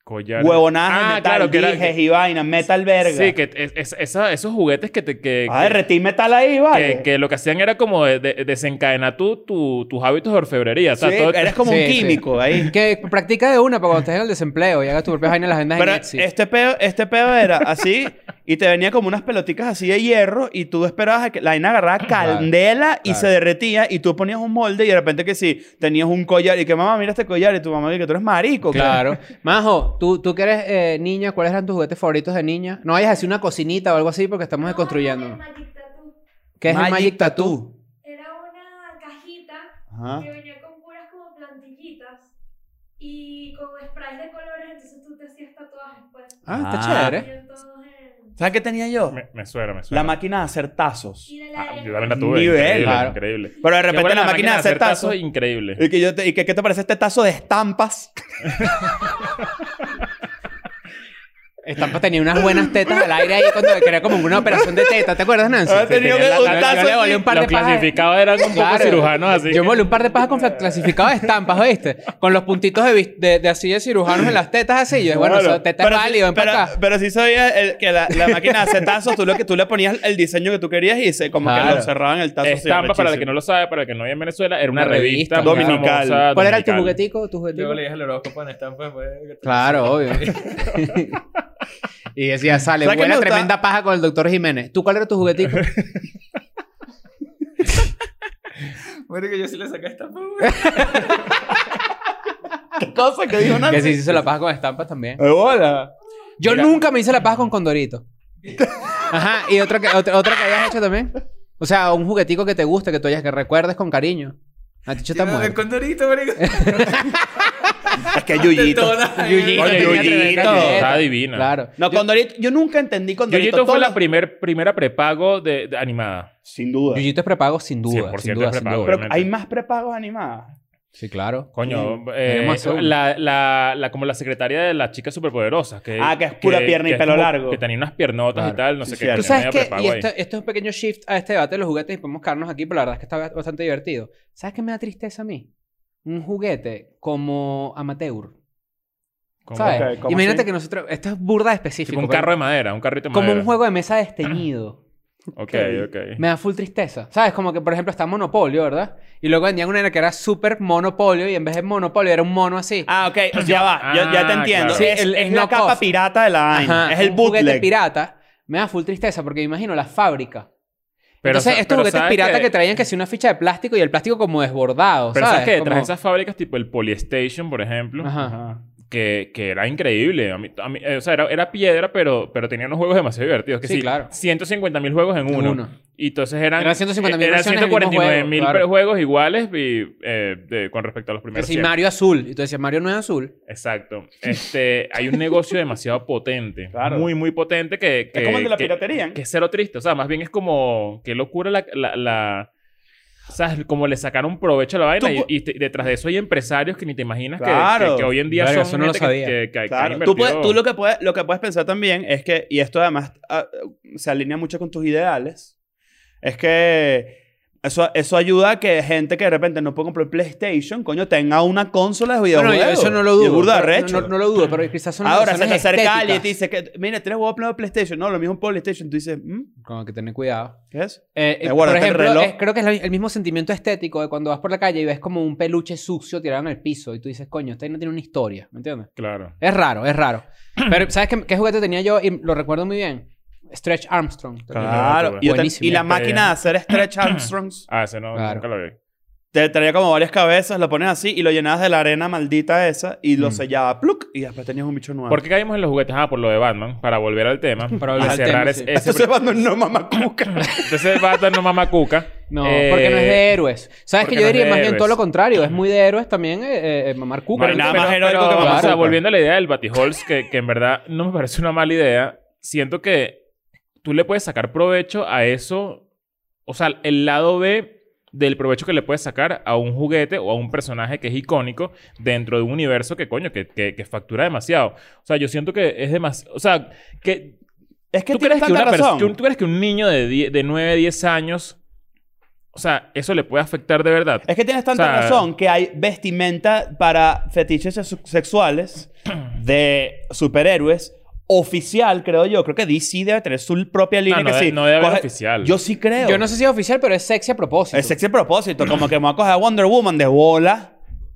Speaker 2: Collares.
Speaker 3: Huevonadas de
Speaker 2: Ah,
Speaker 3: metal,
Speaker 2: claro, que era-
Speaker 3: dijes y vainas, metal verga.
Speaker 2: Sí, que es- es- esa- esos juguetes que te... Que,
Speaker 3: Ah,
Speaker 2: que-
Speaker 3: derretí metal ahí, vale.
Speaker 2: que, que lo que hacían era como de- de- desencadenar tu, tu- tus hábitos de orfebrería. O sea,
Speaker 3: Sí,
Speaker 2: todo-
Speaker 3: eres como
Speaker 4: Sí,
Speaker 3: un
Speaker 4: sí.
Speaker 3: químico ahí.
Speaker 4: Que practica de una para cuando estés en el desempleo y hagas tu propia vaina en las vendas
Speaker 3: Pero
Speaker 4: en Etsy.
Speaker 3: este peo, este peo era así y te venía como unas pelotitas así de hierro y tú esperabas a que la vaina agarraba candela y
Speaker 4: claro.
Speaker 3: se derretía y tú ponías un molde y de repente que sí, tenías un collar y que mamá, mira este collar y tu mamá, que tú eres marico. ¿qué?".
Speaker 4: Claro. Majo, tú, tú que eres eh, niña, ¿cuáles eran tus juguetes favoritos de niña? No vayas a hacer una cocinita o algo así porque estamos
Speaker 6: el
Speaker 4: desconstruyendo.
Speaker 6: Magic Tattoo.
Speaker 4: ¿Qué es el Magic Tattoo?
Speaker 6: Era una cajita
Speaker 3: Ajá.
Speaker 6: que venía con puras como plantillitas y con sprays de colores, entonces tú te hacías tatuajes pues.
Speaker 4: Ah, está
Speaker 3: Ah.
Speaker 4: chévere.
Speaker 6: Venían todos en-
Speaker 3: ¿Sabes qué tenía yo?
Speaker 2: Me, me suena, me
Speaker 3: La
Speaker 2: suena.
Speaker 3: máquina de hacer tazos.
Speaker 6: Y de la
Speaker 2: Ah,
Speaker 6: de-
Speaker 2: yo también la tuve.
Speaker 3: Nivel,
Speaker 2: increíble,
Speaker 4: claro.
Speaker 2: increíble.
Speaker 3: Pero de
Speaker 2: Qué
Speaker 3: repente
Speaker 2: buena
Speaker 3: la máquina de hacer tazos.
Speaker 2: Increíble.
Speaker 3: Y que yo te, y que, ¿qué te parece este tazo de estampas?
Speaker 4: Estampa pues, tenía unas buenas tetas al aire ahí cuando que era como una operación de tetas. ¿Te acuerdas, Nancy?
Speaker 3: Ah, tenía
Speaker 4: Yo-
Speaker 3: un
Speaker 4: yo- Yo
Speaker 3: tazo
Speaker 4: le volé
Speaker 3: así.
Speaker 4: un par
Speaker 2: los
Speaker 4: de pajas.
Speaker 2: clasificados eran un poco
Speaker 4: Claro.
Speaker 2: cirujanos así.
Speaker 4: Yo me volé un par de pajas con fla- clasificado de estampas, ¿oíste? Con los puntitos de, vis- de, de así de cirujanos en las tetas así. Yo, Eh, bueno,
Speaker 3: Claro.
Speaker 4: eso, teta
Speaker 3: Pero
Speaker 4: es
Speaker 3: sí-
Speaker 4: válido, ven
Speaker 3: pero,
Speaker 4: para acá.
Speaker 3: pero sí sabía el- que la, la máquina de hacer tazos, tú, lo que, tú le ponías el diseño que tú querías y se, como que
Speaker 4: Claro.
Speaker 3: lo cerraban el tazo. así,
Speaker 2: Estampa, para el
Speaker 3: rechísimo.
Speaker 2: que no lo sabe, para el que no vive en Venezuela, era una,
Speaker 4: Una
Speaker 2: revista,
Speaker 4: revista,
Speaker 2: muy
Speaker 3: Dominical.
Speaker 2: famosa,
Speaker 4: ¿Cuál era tu
Speaker 2: dominical.
Speaker 4: juguetico? tu
Speaker 5: Luego le
Speaker 4: juguetico?
Speaker 5: dije el horóscopo en estampa. Pues,
Speaker 4: Claro, obvio. y decía, sale,
Speaker 3: ¿Sabes qué me
Speaker 4: buena
Speaker 3: gusta?
Speaker 4: tremenda paja con el doctor Jiménez. ¿Tú cuál era tu juguetico?
Speaker 5: Bueno, que yo sí le saqué estampa. güey.
Speaker 3: cosa que dijo
Speaker 4: que
Speaker 3: Nancy.
Speaker 4: sí se hizo la paja con estampas también.
Speaker 3: Eh, hola.
Speaker 4: Yo
Speaker 2: Mira.
Speaker 4: nunca me hice la paja con Condorito. Ajá, y otra que, otra, otra que hayas hecho también. O sea, un juguetico que te
Speaker 5: pues,
Speaker 4: guste, que tú hayas que recuerdes con cariño. A ti yo
Speaker 5: Yo,
Speaker 4: muerto.
Speaker 5: El condorito, marico.
Speaker 3: Es que Yuyito.
Speaker 5: Tetona.
Speaker 4: Yuyito,
Speaker 3: Oye,
Speaker 4: tenía tremenda
Speaker 3: Yuyito.
Speaker 4: atleta.
Speaker 2: Está divina.
Speaker 4: Claro.
Speaker 3: No, Condorito. Yo nunca entendí Condorito.
Speaker 2: Yoyito fue
Speaker 3: Todas
Speaker 2: la
Speaker 3: las-
Speaker 2: primer, primera prepago de, de animada.
Speaker 3: Sin duda.
Speaker 4: Yuyito es prepago sin duda.
Speaker 2: 100%
Speaker 4: Sin duda,
Speaker 2: es
Speaker 4: sin
Speaker 2: prepago.
Speaker 4: duda.
Speaker 3: Pero
Speaker 2: obviamente.
Speaker 3: hay más prepagos animadas.
Speaker 4: Sí, claro.
Speaker 2: Coño, eh,
Speaker 4: Tenemos a uno.
Speaker 2: la, la, la, como la secretaria de las chicas superpoderosas. Que,
Speaker 3: Ah, que es pura pierna y
Speaker 2: es
Speaker 3: pelo
Speaker 2: como
Speaker 3: largo.
Speaker 2: Que tenía unas piernotas
Speaker 4: Claro.
Speaker 2: y tal, no
Speaker 3: Sí,
Speaker 2: sé qué.
Speaker 3: cierto.
Speaker 4: Tú
Speaker 3: Tenía
Speaker 4: sabes
Speaker 2: tenía
Speaker 4: que,
Speaker 2: prepago
Speaker 4: y
Speaker 2: ahí.
Speaker 4: esto, esto es un pequeño shift a este debate de los juguetes y podemos quedarnos aquí, pero la verdad es que está bastante divertido. ¿Sabes qué me da tristeza a mí? Un juguete como amateur.
Speaker 2: Como-
Speaker 4: ¿Sabes?
Speaker 3: Ok, ¿cómo
Speaker 4: Imagínate
Speaker 3: así?
Speaker 4: que nosotros. Esto es burda
Speaker 2: Tipo
Speaker 4: específico.
Speaker 2: un
Speaker 4: pero-
Speaker 2: carro de madera, un carrito de
Speaker 4: Como
Speaker 2: madera.
Speaker 4: un juego de mesa desteñido.
Speaker 2: Ok, ok.
Speaker 4: Me da full tristeza. ¿Sabes? Como que, por ejemplo, está Monopolio, ¿verdad? Y luego vendían una que era súper Monopolio y en vez de Monopolio era un mono así.
Speaker 3: Ah, ok. o sea, ya va. Yo- ya te
Speaker 2: Ah,
Speaker 3: entiendo.
Speaker 2: claro.
Speaker 4: Sí,
Speaker 3: es
Speaker 4: el-
Speaker 3: es
Speaker 4: el
Speaker 3: la
Speaker 4: knockoff.
Speaker 3: capa pirata de la vaina.
Speaker 4: Ajá,
Speaker 3: es el
Speaker 4: un juguete
Speaker 3: bootleg.
Speaker 4: pirata. Me da full tristeza porque me imagino la fábrica. Entonces,
Speaker 2: sa-
Speaker 4: estos juguetes
Speaker 2: ¿sabes
Speaker 4: piratas
Speaker 2: qué?
Speaker 4: que traían que si una ficha de plástico y el plástico como desbordado,
Speaker 2: Pero sabes
Speaker 4: ¿sabes?
Speaker 2: que detrás
Speaker 4: Como-
Speaker 2: de esas fábricas, tipo el Polystation, por ejemplo,
Speaker 4: Ajá.
Speaker 3: Ajá.
Speaker 2: que, que era increíble. A mí, a mí- eh, o sea, era, era piedra, pero, pero tenía unos juegos demasiado divertidos. Que
Speaker 4: Sí,
Speaker 2: sí,
Speaker 4: claro.
Speaker 2: 150 mil juegos en uno.
Speaker 4: uno.
Speaker 2: Y entonces eran...
Speaker 4: Eran 150.000
Speaker 2: eran
Speaker 4: versiones del mismo
Speaker 2: 149 mil
Speaker 4: juego, claro.
Speaker 2: juegos iguales y, eh, de- con respecto a los
Speaker 4: Que
Speaker 2: primeros
Speaker 4: si
Speaker 2: 100.
Speaker 4: Mario azul. Y tú decías, Mario no es azul.
Speaker 2: Exacto. Este, hay un negocio demasiado potente.
Speaker 3: Claro.
Speaker 2: Muy, muy potente que... que
Speaker 3: es como el de la
Speaker 2: que-
Speaker 3: piratería.
Speaker 2: que es cero triste. O sea, más bien es como... Qué locura la... la- la- ¿Sabes? Como le sacaron provecho a la vaina
Speaker 3: Tú
Speaker 2: y,
Speaker 3: pu-
Speaker 2: y te- detrás de eso hay empresarios que ni te imaginas que-
Speaker 3: Claro.
Speaker 2: que, que hoy en día
Speaker 4: Verga,
Speaker 2: son
Speaker 4: eso no lo
Speaker 2: gente que-
Speaker 4: sabía.
Speaker 2: que, que- que han
Speaker 3: Claro. Tú, puedes-
Speaker 2: invertido-
Speaker 3: tú lo, que puedes, lo que puedes pensar también es que, y esto además ah, se alinea mucho con tus ideales, es que eso, eso ayuda a que gente que de repente no puede comprar PlayStation, coño, tenga una consola de videojuegos.
Speaker 4: Bueno, eso no lo
Speaker 3: Y es
Speaker 4: dudo.
Speaker 3: burda
Speaker 4: pero-
Speaker 3: arrecho.
Speaker 4: No, no lo dudo, pero quizás son
Speaker 3: Ahora se te
Speaker 4: razones
Speaker 3: acerca alguien y
Speaker 4: estéticas.
Speaker 3: te dice que, mira, tienes huevo pleno de PlayStation. No, lo mismo en PlayStation. Tú dices, ¿Mm?
Speaker 4: Como que tener cuidado.
Speaker 3: ¿qué es?
Speaker 4: Eh,
Speaker 3: Te
Speaker 4: eh, por
Speaker 3: guardaste el
Speaker 4: ejemplo,
Speaker 3: reloj.
Speaker 4: es- creo que es la- el mismo sentimiento estético de cuando vas por la calle y ves como un peluche sucio tirado en el piso y tú dices, coño, este no tiene una historia, ¿me entiendes?
Speaker 2: Claro.
Speaker 4: Es raro, es raro. Pero ¿sabes qué, qué juguete tenía yo? Y lo recuerdo muy bien. Stretch Armstrong.
Speaker 3: Claro. Y, yo te-
Speaker 4: Buenísimo.
Speaker 3: y la
Speaker 2: Este-
Speaker 4: Está
Speaker 3: máquina de hacer stretch Armstrongs.
Speaker 2: Ah, ese no,
Speaker 4: Claro.
Speaker 2: nunca lo vi.
Speaker 3: Te traía como varias cabezas, lo pones así y lo llenabas de la arena maldita esa y
Speaker 2: Mm.
Speaker 3: lo sellaba pluk y después tenías un bicho nuevo.
Speaker 2: ¿Por qué caímos en los juguetes? Ah, por lo de Batman. Para volver al tema. Para
Speaker 4: volver al tema, sí.
Speaker 3: Esto se abandonó mamacuca.
Speaker 2: Entonces Batman no mama cuca.
Speaker 4: No,
Speaker 2: Eh,
Speaker 4: porque no es de héroes. ¿Sabes
Speaker 2: porque
Speaker 4: que yo
Speaker 2: no es
Speaker 4: diría
Speaker 2: de
Speaker 4: más bien
Speaker 2: héroes.
Speaker 4: todo lo contrario? Es muy de héroes también eh, eh, mamar
Speaker 2: Uh,
Speaker 4: cuca.
Speaker 3: Pero
Speaker 4: ¿no?
Speaker 3: nada más heroico que
Speaker 2: O
Speaker 3: mamá
Speaker 2: sea,
Speaker 3: cuca.
Speaker 2: volviendo a la idea del Batihols, que, que en verdad no me parece una mala idea. Siento que tú le puedes sacar provecho a eso. O sea, el lado B del provecho que le puedes sacar a un juguete o a un personaje que es icónico dentro de un universo que, coño, que, que, que factura demasiado. O sea, yo siento que es demasiado... O sea, que
Speaker 3: Es que
Speaker 2: ¿Tú
Speaker 3: tienes
Speaker 2: crees que,
Speaker 3: tanta
Speaker 2: una pers-
Speaker 3: razón.
Speaker 2: que un- ¿Tú crees que un niño de, die- de 9, 10 años, o sea, eso le puede afectar de verdad?
Speaker 3: Es que tienes tanta
Speaker 2: O sea-
Speaker 3: razón que hay vestimenta para fetiches sex- sexuales de superhéroes oficial, creo yo. Creo que DC debe tener su propia línea
Speaker 2: no
Speaker 3: que
Speaker 2: de-
Speaker 3: sí.
Speaker 2: no debe haber
Speaker 3: coge-
Speaker 2: oficial.
Speaker 3: Yo sí creo.
Speaker 4: Yo no sé si es oficial, pero es sexy a propósito.
Speaker 3: Es sexy a propósito. Como que me voy a coger a Wonder Woman de bola.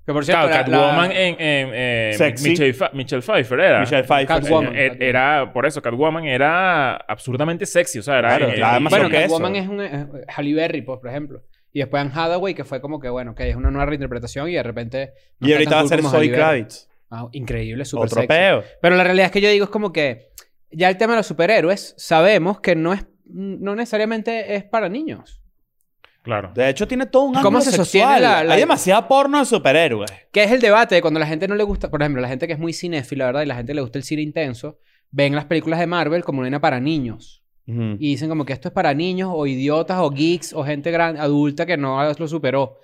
Speaker 4: Que por cierto,
Speaker 2: Claro,
Speaker 4: la- la-
Speaker 2: Catwoman en, en, eh,
Speaker 3: Sexy.
Speaker 2: Michelle, Fa- Michelle Pfeiffer era.
Speaker 3: Michelle Pfeiffer.
Speaker 4: Catwoman.
Speaker 2: Eh, eh, Era, por eso, Catwoman era absurdamente sexy. O sea, era.
Speaker 3: Claro,
Speaker 2: eh,
Speaker 3: claro, además
Speaker 4: Bueno,
Speaker 3: lo que es
Speaker 4: Catwoman es un... eh, Halle Berry, pues, por ejemplo. Y después Anne Hathaway, que fue como que, bueno, que es una nueva reinterpretación y de repente... no
Speaker 3: Y
Speaker 4: está
Speaker 3: ahorita
Speaker 4: tan
Speaker 3: va a
Speaker 4: cool
Speaker 3: ser
Speaker 4: como
Speaker 3: Zoe
Speaker 4: Halle Berry.
Speaker 3: Kravitz.
Speaker 4: Ah, increíble, súper
Speaker 3: Otro
Speaker 4: sexy.
Speaker 3: peo.
Speaker 4: Pero la realidad es que yo digo es como que... Ya el tema de los superhéroes, sabemos que no es... No necesariamente es para niños.
Speaker 2: Claro.
Speaker 3: De hecho, tiene todo un
Speaker 4: ¿Cómo
Speaker 3: ángulo
Speaker 4: se sostiene
Speaker 3: sexual.
Speaker 4: la- la-
Speaker 3: Hay demasiada porno de superhéroes.
Speaker 4: Que es el debate de cuando la gente no le gusta, por ejemplo, la gente que es muy cinéfila, ¿verdad? Y la gente le gusta el cine intenso, ven las películas de Marvel como una vaina para niños. Y dicen como que esto es para niños o idiotas o geeks o gente gran, adulta que no lo superó.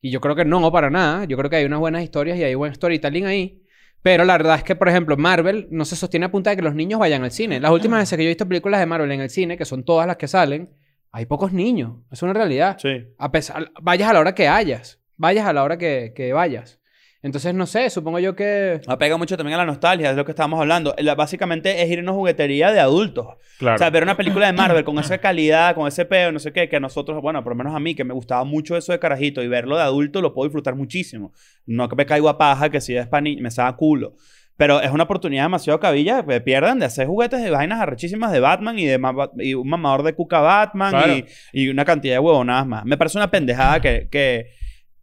Speaker 4: Y yo creo que no, para nada. Yo creo que hay unas buenas historias y hay buen storytelling ahí. Pero la verdad es que, por ejemplo, Marvel no se sostiene a punta de que los niños vayan al cine. Las últimas veces que yo he visto películas de Marvel en el cine, que son todas las que salen, hay pocos niños. Es una realidad.
Speaker 3: Sí.
Speaker 4: A pesar, vayas a la hora que hayas. Vayas a la hora que, que vayas. Entonces, no sé, supongo yo que...
Speaker 3: Apega mucho también a la nostalgia, es lo que estábamos hablando. La- básicamente es ir a una juguetería de adultos.
Speaker 2: claro.
Speaker 3: O sea, ver una película de Marvel con esa calidad, con ese peo, no sé qué, que a nosotros, bueno, por lo menos a mí, que me gustaba mucho eso de carajito y verlo de adulto lo puedo disfrutar muchísimo. No que me caigo a paja, que si es para me saca culo. Pero es una oportunidad demasiado cabilla que pierdan de hacer juguetes de vainas arrechísimas de Batman y de ma- y un mamador de cuca Batman
Speaker 2: Claro.
Speaker 3: y, y una cantidad de huevonadas más. Me parece una pendejada que... que,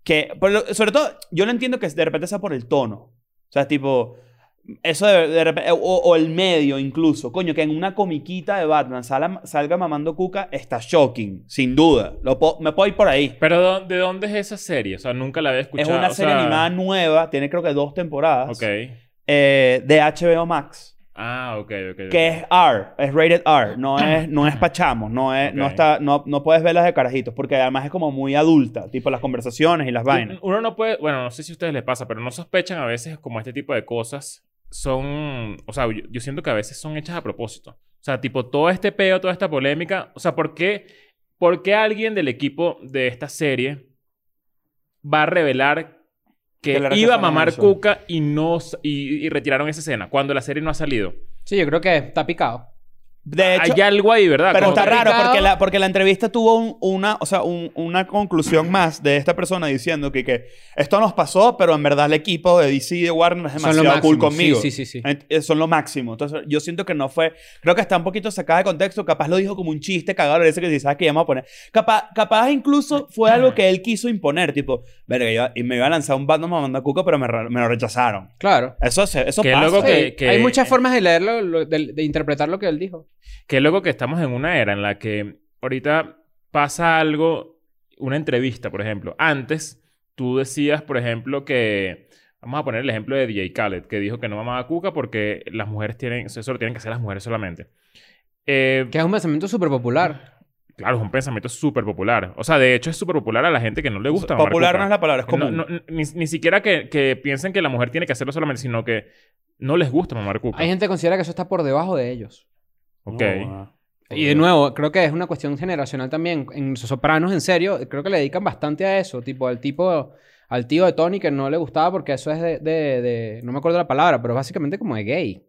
Speaker 3: que por lo- sobre todo, yo lo entiendo que de repente sea por el tono. O sea, tipo... Eso de, de repente, o, o el medio incluso, coño, que en una comiquita de Batman sala- salga mamando cuca está shocking, sin duda. Lo po- me puedo ir por ahí.
Speaker 2: Pero ¿dó- ¿de dónde es esa serie? O sea, nunca la había escuchado.
Speaker 3: es una
Speaker 2: o
Speaker 3: serie
Speaker 2: sea,
Speaker 3: animada nueva, tiene creo que dos temporadas,
Speaker 2: Ok.
Speaker 3: eh, de HBO Max,
Speaker 2: Ah, ok, ok. ok.
Speaker 3: que es R, es rated R, no es, no es pachamos, no, es, no,
Speaker 2: Ah. Ok.
Speaker 3: está, no, no puedes verlas de carajitos, porque además es como muy adulta, tipo las conversaciones y las vainas.
Speaker 2: Uno no puede, bueno, no sé si a ustedes les pasa, pero no sospechan a veces como este tipo de cosas son, o sea, yo, yo siento que a veces son hechas a propósito. O sea, tipo todo este peo, toda esta polémica, o sea, ¿por qué, por qué alguien del equipo de esta serie va a revelar que,
Speaker 3: Que le
Speaker 2: iba a
Speaker 3: rechazaron
Speaker 2: mamar
Speaker 3: eso?
Speaker 2: Cuca y no s- y, y retiraron esa escena cuando la serie no ha salido?
Speaker 4: Sí, yo creo que está picado.
Speaker 3: De hecho,
Speaker 2: Hay algo ahí, ¿verdad?
Speaker 3: Pero
Speaker 2: Ah, Como
Speaker 3: está
Speaker 2: que-
Speaker 3: raro
Speaker 4: complicado.
Speaker 3: porque la, porque la entrevista tuvo un- una, o sea, un- una conclusión más de esta persona diciendo que, que esto nos pasó, pero en verdad el equipo de DC y de Warner es
Speaker 4: Son lo
Speaker 3: demasiado cool
Speaker 4: máximo. Sí,
Speaker 3: conmigo.
Speaker 4: Sí, sí, sí.
Speaker 3: Ent- eh, Son lo máximo. Entonces, yo siento que no fue. Creo que está un poquito sacada de contexto. Capaz lo dijo como un chiste cagado. Ese que dice, ¿sabes qué? Ya me voy a poner. Capaz, capaz incluso fue algo que él quiso imponer. Tipo, verga, yo- y me iba a lanzar un Batman mamando a Cuco, pero me, re- me lo rechazaron.
Speaker 4: Claro.
Speaker 3: Eso, se- eso
Speaker 2: Qué
Speaker 3: pasa.
Speaker 2: loco que-
Speaker 4: Sí, Hay muchas formas de leerlo, lo- de, de interpretar lo que él dijo.
Speaker 2: Qué loco que estamos en una era en la que ahorita pasa algo, una entrevista, por ejemplo. Antes, tú decías, por ejemplo, que. Vamos a poner el ejemplo de DJ Khaled, que dijo que no mamaba cuca porque las mujeres tienen. Eso lo tienen que hacer las mujeres solamente. Eh,
Speaker 4: Que es un pensamiento súper popular.
Speaker 2: claro, es un pensamiento súper popular. O sea, de hecho, es súper popular a la gente que no le gusta. mamar
Speaker 3: Popular
Speaker 2: cuca.
Speaker 3: no es la palabra, es
Speaker 2: No,
Speaker 3: común.
Speaker 2: no, ni, ni siquiera que, que piensen que la mujer tiene que hacerlo solamente, sino que no les gusta mamar cuca.
Speaker 4: Hay gente que considera que eso está por debajo de ellos.
Speaker 2: Ok.
Speaker 3: ah.
Speaker 4: Y de nuevo, creo que es una cuestión generacional también. En Sopranos, en serio, creo que le dedican bastante a eso. Tipo, al tipo, al tío de Tony que no le gustaba porque eso es de, de- de- no me acuerdo la palabra, pero básicamente como de gay.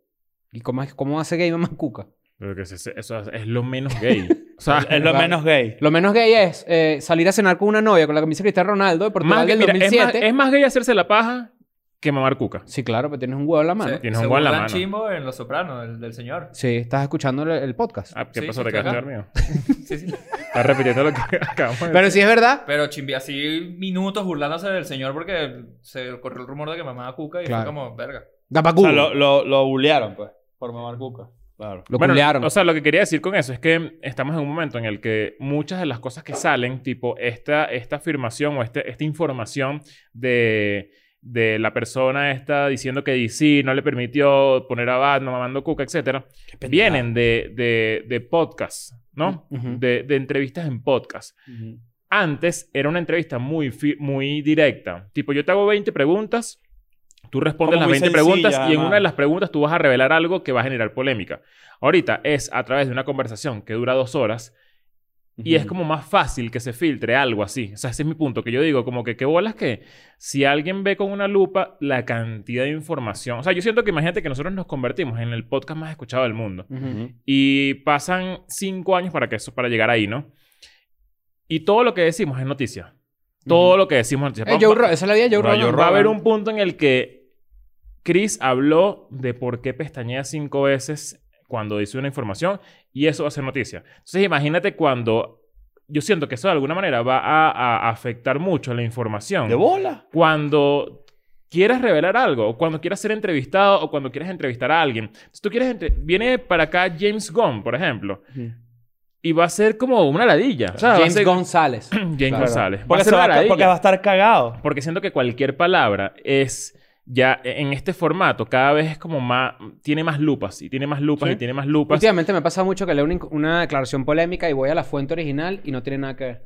Speaker 4: ¿Y cómo, es- cómo hace gay Mamá Cuca?
Speaker 2: Pero que se- se- eso es, es lo menos gay. O sea,
Speaker 3: Es lo
Speaker 4: Vale.
Speaker 3: menos gay.
Speaker 4: Lo menos gay es eh, salir a cenar con una novia con la camisa de Cristiano Ronaldo de Portugal
Speaker 2: Más que-
Speaker 4: del
Speaker 2: mira, es,
Speaker 4: 2007.
Speaker 2: más, es más gay hacerse la paja que mamar cuca.
Speaker 4: Sí, claro, pero tienes un huevo en la mano.
Speaker 5: Se-
Speaker 2: Tienes
Speaker 5: se
Speaker 2: un guan en la
Speaker 5: burlan
Speaker 2: mano.
Speaker 5: chimbo en Los Sopranos, del, del señor.
Speaker 4: Sí, estás escuchando el, el podcast.
Speaker 2: Ah, ¿Qué
Speaker 5: Sí,
Speaker 2: pasó?
Speaker 5: sí,
Speaker 2: ¿Te
Speaker 5: estoy
Speaker 2: quedaste
Speaker 5: acá.
Speaker 2: dormido?
Speaker 5: Sí, sí.
Speaker 2: Estás repitiendo lo que acabamos de
Speaker 4: Pero sí es verdad.
Speaker 5: Pero chimbi así minutos burlándose del señor porque se corrió el rumor de que mamaba cuca y
Speaker 4: Claro.
Speaker 5: fue como, verga.
Speaker 4: Da pa'
Speaker 3: O sea,
Speaker 4: culo.
Speaker 3: lo, lo, lo bullearon, pues, por mamar cuca. Claro.
Speaker 4: Lo
Speaker 2: Bueno,
Speaker 4: culearon.
Speaker 2: O sea, lo que quería decir con eso es que estamos en un momento en el que muchas de las cosas que salen, tipo esta, esta afirmación o este, esta información de, de la persona esta diciendo que DC no le permitió poner a Batman mamando cuca, etcétera, vienen de, de, de podcasts, ¿no?
Speaker 4: Ujú.
Speaker 2: de, de entrevistas en podcast.
Speaker 3: Ujú.
Speaker 2: Antes era una entrevista muy, fi- muy directa. Tipo, yo te hago 20 preguntas, tú respondes
Speaker 3: Como
Speaker 2: las
Speaker 3: muy
Speaker 2: 20
Speaker 3: sencilla,
Speaker 2: preguntas y en
Speaker 3: además.
Speaker 2: una de las preguntas tú vas a revelar algo que va a generar polémica. Ahorita es a través de una conversación que dura dos horas y es
Speaker 3: Ujú.
Speaker 2: como más fácil que se filtre algo así. O sea, ese es mi punto, que yo digo, como que qué bolas que si alguien ve con una lupa la cantidad de información. O sea, yo siento que imagínate que nosotros nos convertimos en el podcast más escuchado del mundo.
Speaker 4: Ujú.
Speaker 2: Y pasan cinco años para que eso, para llegar ahí, ¿no? Y todo lo que decimos es noticia. Todo lo que decimos es
Speaker 4: Eh,
Speaker 2: noticia.
Speaker 4: Joe
Speaker 2: va,
Speaker 4: Ro- esa es la vida de Joe
Speaker 2: va-
Speaker 4: Rogan.
Speaker 2: va a haber un punto en el que Chris habló de por qué pestañea cinco veces cuando dice una información y eso va a ser noticia. Entonces imagínate cuando... Yo siento que eso de alguna manera va a, a afectar mucho la información
Speaker 3: ¿De bola?
Speaker 2: cuando quieras revelar algo, o cuando quieras ser entrevistado, o cuando quieres entrevistar a alguien. Si tú quieres... entre- Viene para acá James Gunn, por ejemplo, y va a ser como una ladilla. O sea, va a
Speaker 4: James
Speaker 2: ser-
Speaker 4: González.
Speaker 2: James
Speaker 4: Claro.
Speaker 2: González. Va a
Speaker 3: Porque,
Speaker 2: ser
Speaker 3: se
Speaker 2: una
Speaker 3: va a ca-
Speaker 2: ladilla.
Speaker 3: porque va a estar cagado.
Speaker 2: Porque siento que cualquier palabra es... Ya en este formato cada vez es como más... Tiene más lupas y tiene más lupas
Speaker 3: Sí.
Speaker 2: y tiene más lupas.
Speaker 4: Últimamente me pasa mucho que leo una, inc- una declaración polémica y voy a la fuente original y no tiene nada que ver.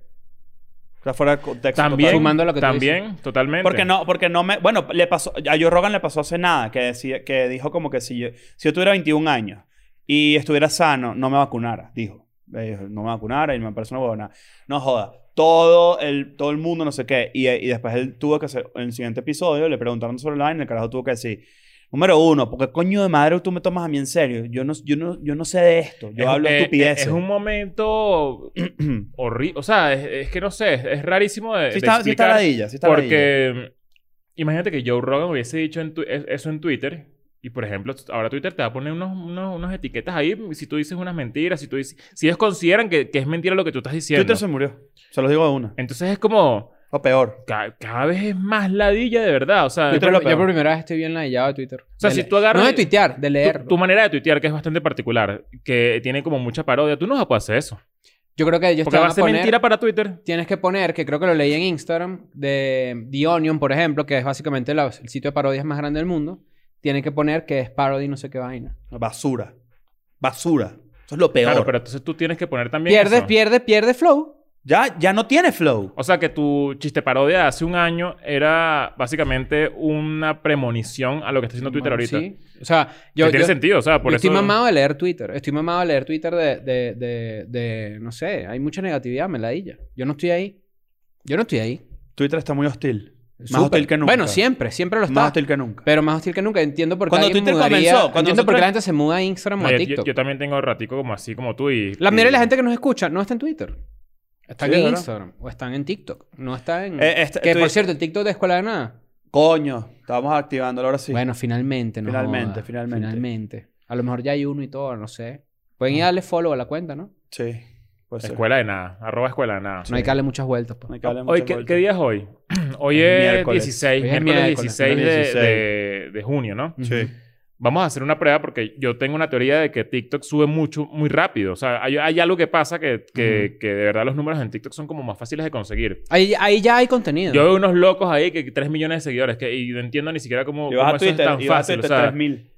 Speaker 3: Está fuera de contexto.
Speaker 2: También,
Speaker 3: total.
Speaker 4: Sumando lo que tú
Speaker 2: también, totalmente.
Speaker 3: Porque no, porque no me. Bueno, le pasó, a Joe Rogan le pasó hace nada, que, decía, que dijo como que si yo, si yo tuviera 21 años y estuviera sano, no me vacunara, dijo. Eh, dijo, No me vacunara y me parece una huevona. No joda. Todo el, todo el mundo, no sé qué. Y, eh, y después él tuvo que hacer. En el siguiente episodio le preguntaron sobre la vaina y el carajo tuvo que decir. Número uno, porque coño de madre tú me tomas a mí en serio. Yo no, yo no, yo no sé de esto. Yo
Speaker 2: Es-
Speaker 3: hablo
Speaker 2: eh,
Speaker 3: estupideces.
Speaker 2: Es un momento horrible. O sea, es, es que no sé. Es, es rarísimo de,
Speaker 3: Sí
Speaker 2: de
Speaker 3: está, sí está
Speaker 2: explicar.
Speaker 3: ladilla, sí está ladilla.
Speaker 2: Porque imagínate que Joe Rogan hubiese dicho en tu- es- eso en Twitter. Y por ejemplo, ahora Twitter te va a poner unos, unos- unas etiquetas ahí. Si tú dices unas mentiras, si tú dices. Si ellos consideran que, que es mentira lo que tú estás diciendo.
Speaker 3: Twitter se murió. Se los digo de una.
Speaker 2: Entonces es como.
Speaker 3: O peor.
Speaker 2: Ca- cada vez es más ladilla de verdad. O sea,
Speaker 3: Yo
Speaker 4: Yo
Speaker 3: te
Speaker 2: tú-
Speaker 3: lo
Speaker 4: por, yo
Speaker 3: pego.
Speaker 4: por primera vez estoy bien ladillado de Twitter. O
Speaker 2: sea, si tú agarras-
Speaker 4: No de tuitear, de leer.
Speaker 2: tu, manera de tuitear, que es bastante particular, que tiene como mucha parodia, tú no vas a poder hacer eso.
Speaker 4: Yo creo que ellos te
Speaker 2: Porque
Speaker 4: van
Speaker 2: va
Speaker 4: a
Speaker 2: a ser
Speaker 4: poner...
Speaker 2: mentira para Twitter.
Speaker 4: Tienes que poner, que creo que lo leí en Instagram, de The Onion, por ejemplo, que es básicamente la- el sitio de parodias más grande del mundo. Tienen que poner que es parody no sé qué vaina.
Speaker 3: Basura. Basura. Eso es lo peor.
Speaker 2: Claro, pero entonces tú tienes que poner también.
Speaker 4: Pierdes,
Speaker 2: eso.
Speaker 4: pierdes, pierdes flow.
Speaker 3: Ya, ya no tiene flow.
Speaker 2: O sea que tu chiste parodia de hace un año era básicamente una premonición a lo que está haciendo Twitter
Speaker 4: Bueno,
Speaker 2: ahorita.
Speaker 4: Sí. O sea,
Speaker 2: Yo,
Speaker 4: yo,
Speaker 2: tiene
Speaker 4: yo-
Speaker 2: sentido, o sea, por
Speaker 4: yo
Speaker 2: eso.
Speaker 4: estoy mamado de leer Twitter. Estoy mamado de leer Twitter de, de, de, de- no sé, hay mucha negatividad, me la Yo no estoy ahí. Yo no estoy ahí.
Speaker 3: Twitter está muy hostil. Más
Speaker 4: Súper.
Speaker 3: hostil que nunca.
Speaker 4: Bueno, siempre, siempre lo
Speaker 3: Más
Speaker 4: está.
Speaker 3: hostil que nunca.
Speaker 4: Pero más hostil que nunca. Entiendo por qué
Speaker 3: Cuando
Speaker 4: alguien
Speaker 3: Twitter
Speaker 4: mudaría-
Speaker 3: comenzó, cuando
Speaker 4: Entiendo por
Speaker 3: nosotros-
Speaker 4: qué la gente se muda a Instagram o
Speaker 2: No,
Speaker 4: a
Speaker 2: yo- yo,
Speaker 4: TikTok.
Speaker 2: yo también tengo ratico como así, como tú y...
Speaker 4: La mayoría de la
Speaker 2: y-
Speaker 4: gente que nos escucha no está en Twitter. Están
Speaker 3: Sí,
Speaker 4: en
Speaker 3: ¿verdad?
Speaker 4: Instagram o están en TikTok. No está en.
Speaker 3: Eh, este-
Speaker 4: Mm. que
Speaker 3: tú-
Speaker 4: por cierto, el TikTok de Escuela de Nada.
Speaker 3: Coño, estábamos activándolo ahora sí.
Speaker 4: Bueno, finalmente, ¿no?
Speaker 3: Finalmente,
Speaker 4: joda.
Speaker 3: finalmente.
Speaker 4: Finalmente. A lo mejor ya hay uno y todo, no sé. Pueden ir a darle follow a la cuenta, ¿no?
Speaker 3: Sí. Puede ser.
Speaker 2: Escuela de nada. Arroba escuela de nada.
Speaker 4: No hay que darle muchas vueltas. pues. pa.
Speaker 3: No hay que darle
Speaker 2: Hoy,
Speaker 3: muchas
Speaker 2: ¿qué,
Speaker 3: vueltas.
Speaker 2: qué día es hoy? Hoy
Speaker 3: Es
Speaker 2: es
Speaker 3: miércoles.
Speaker 2: 16,
Speaker 4: Hoy es
Speaker 2: miércoles
Speaker 4: miércoles,
Speaker 2: 16, de,
Speaker 3: 16.
Speaker 2: de- de junio, ¿no?
Speaker 4: Ujú.
Speaker 3: Sí.
Speaker 2: Vamos a hacer una prueba porque yo tengo una teoría de que TikTok sube mucho, muy rápido. O sea, hay, hay algo que pasa que, que, que de verdad los números en TikTok son como más fáciles de conseguir.
Speaker 4: Ahí, ahí ya hay contenido.
Speaker 2: Yo veo unos locos ahí que 3 millones de seguidores que, y no entiendo ni siquiera cómo,
Speaker 3: Y vas
Speaker 2: cómo
Speaker 3: a
Speaker 2: eso es
Speaker 3: Twitter
Speaker 2: tan
Speaker 3: y vas a
Speaker 2: fácil.
Speaker 3: Twitter
Speaker 2: o sea,
Speaker 3: 3000.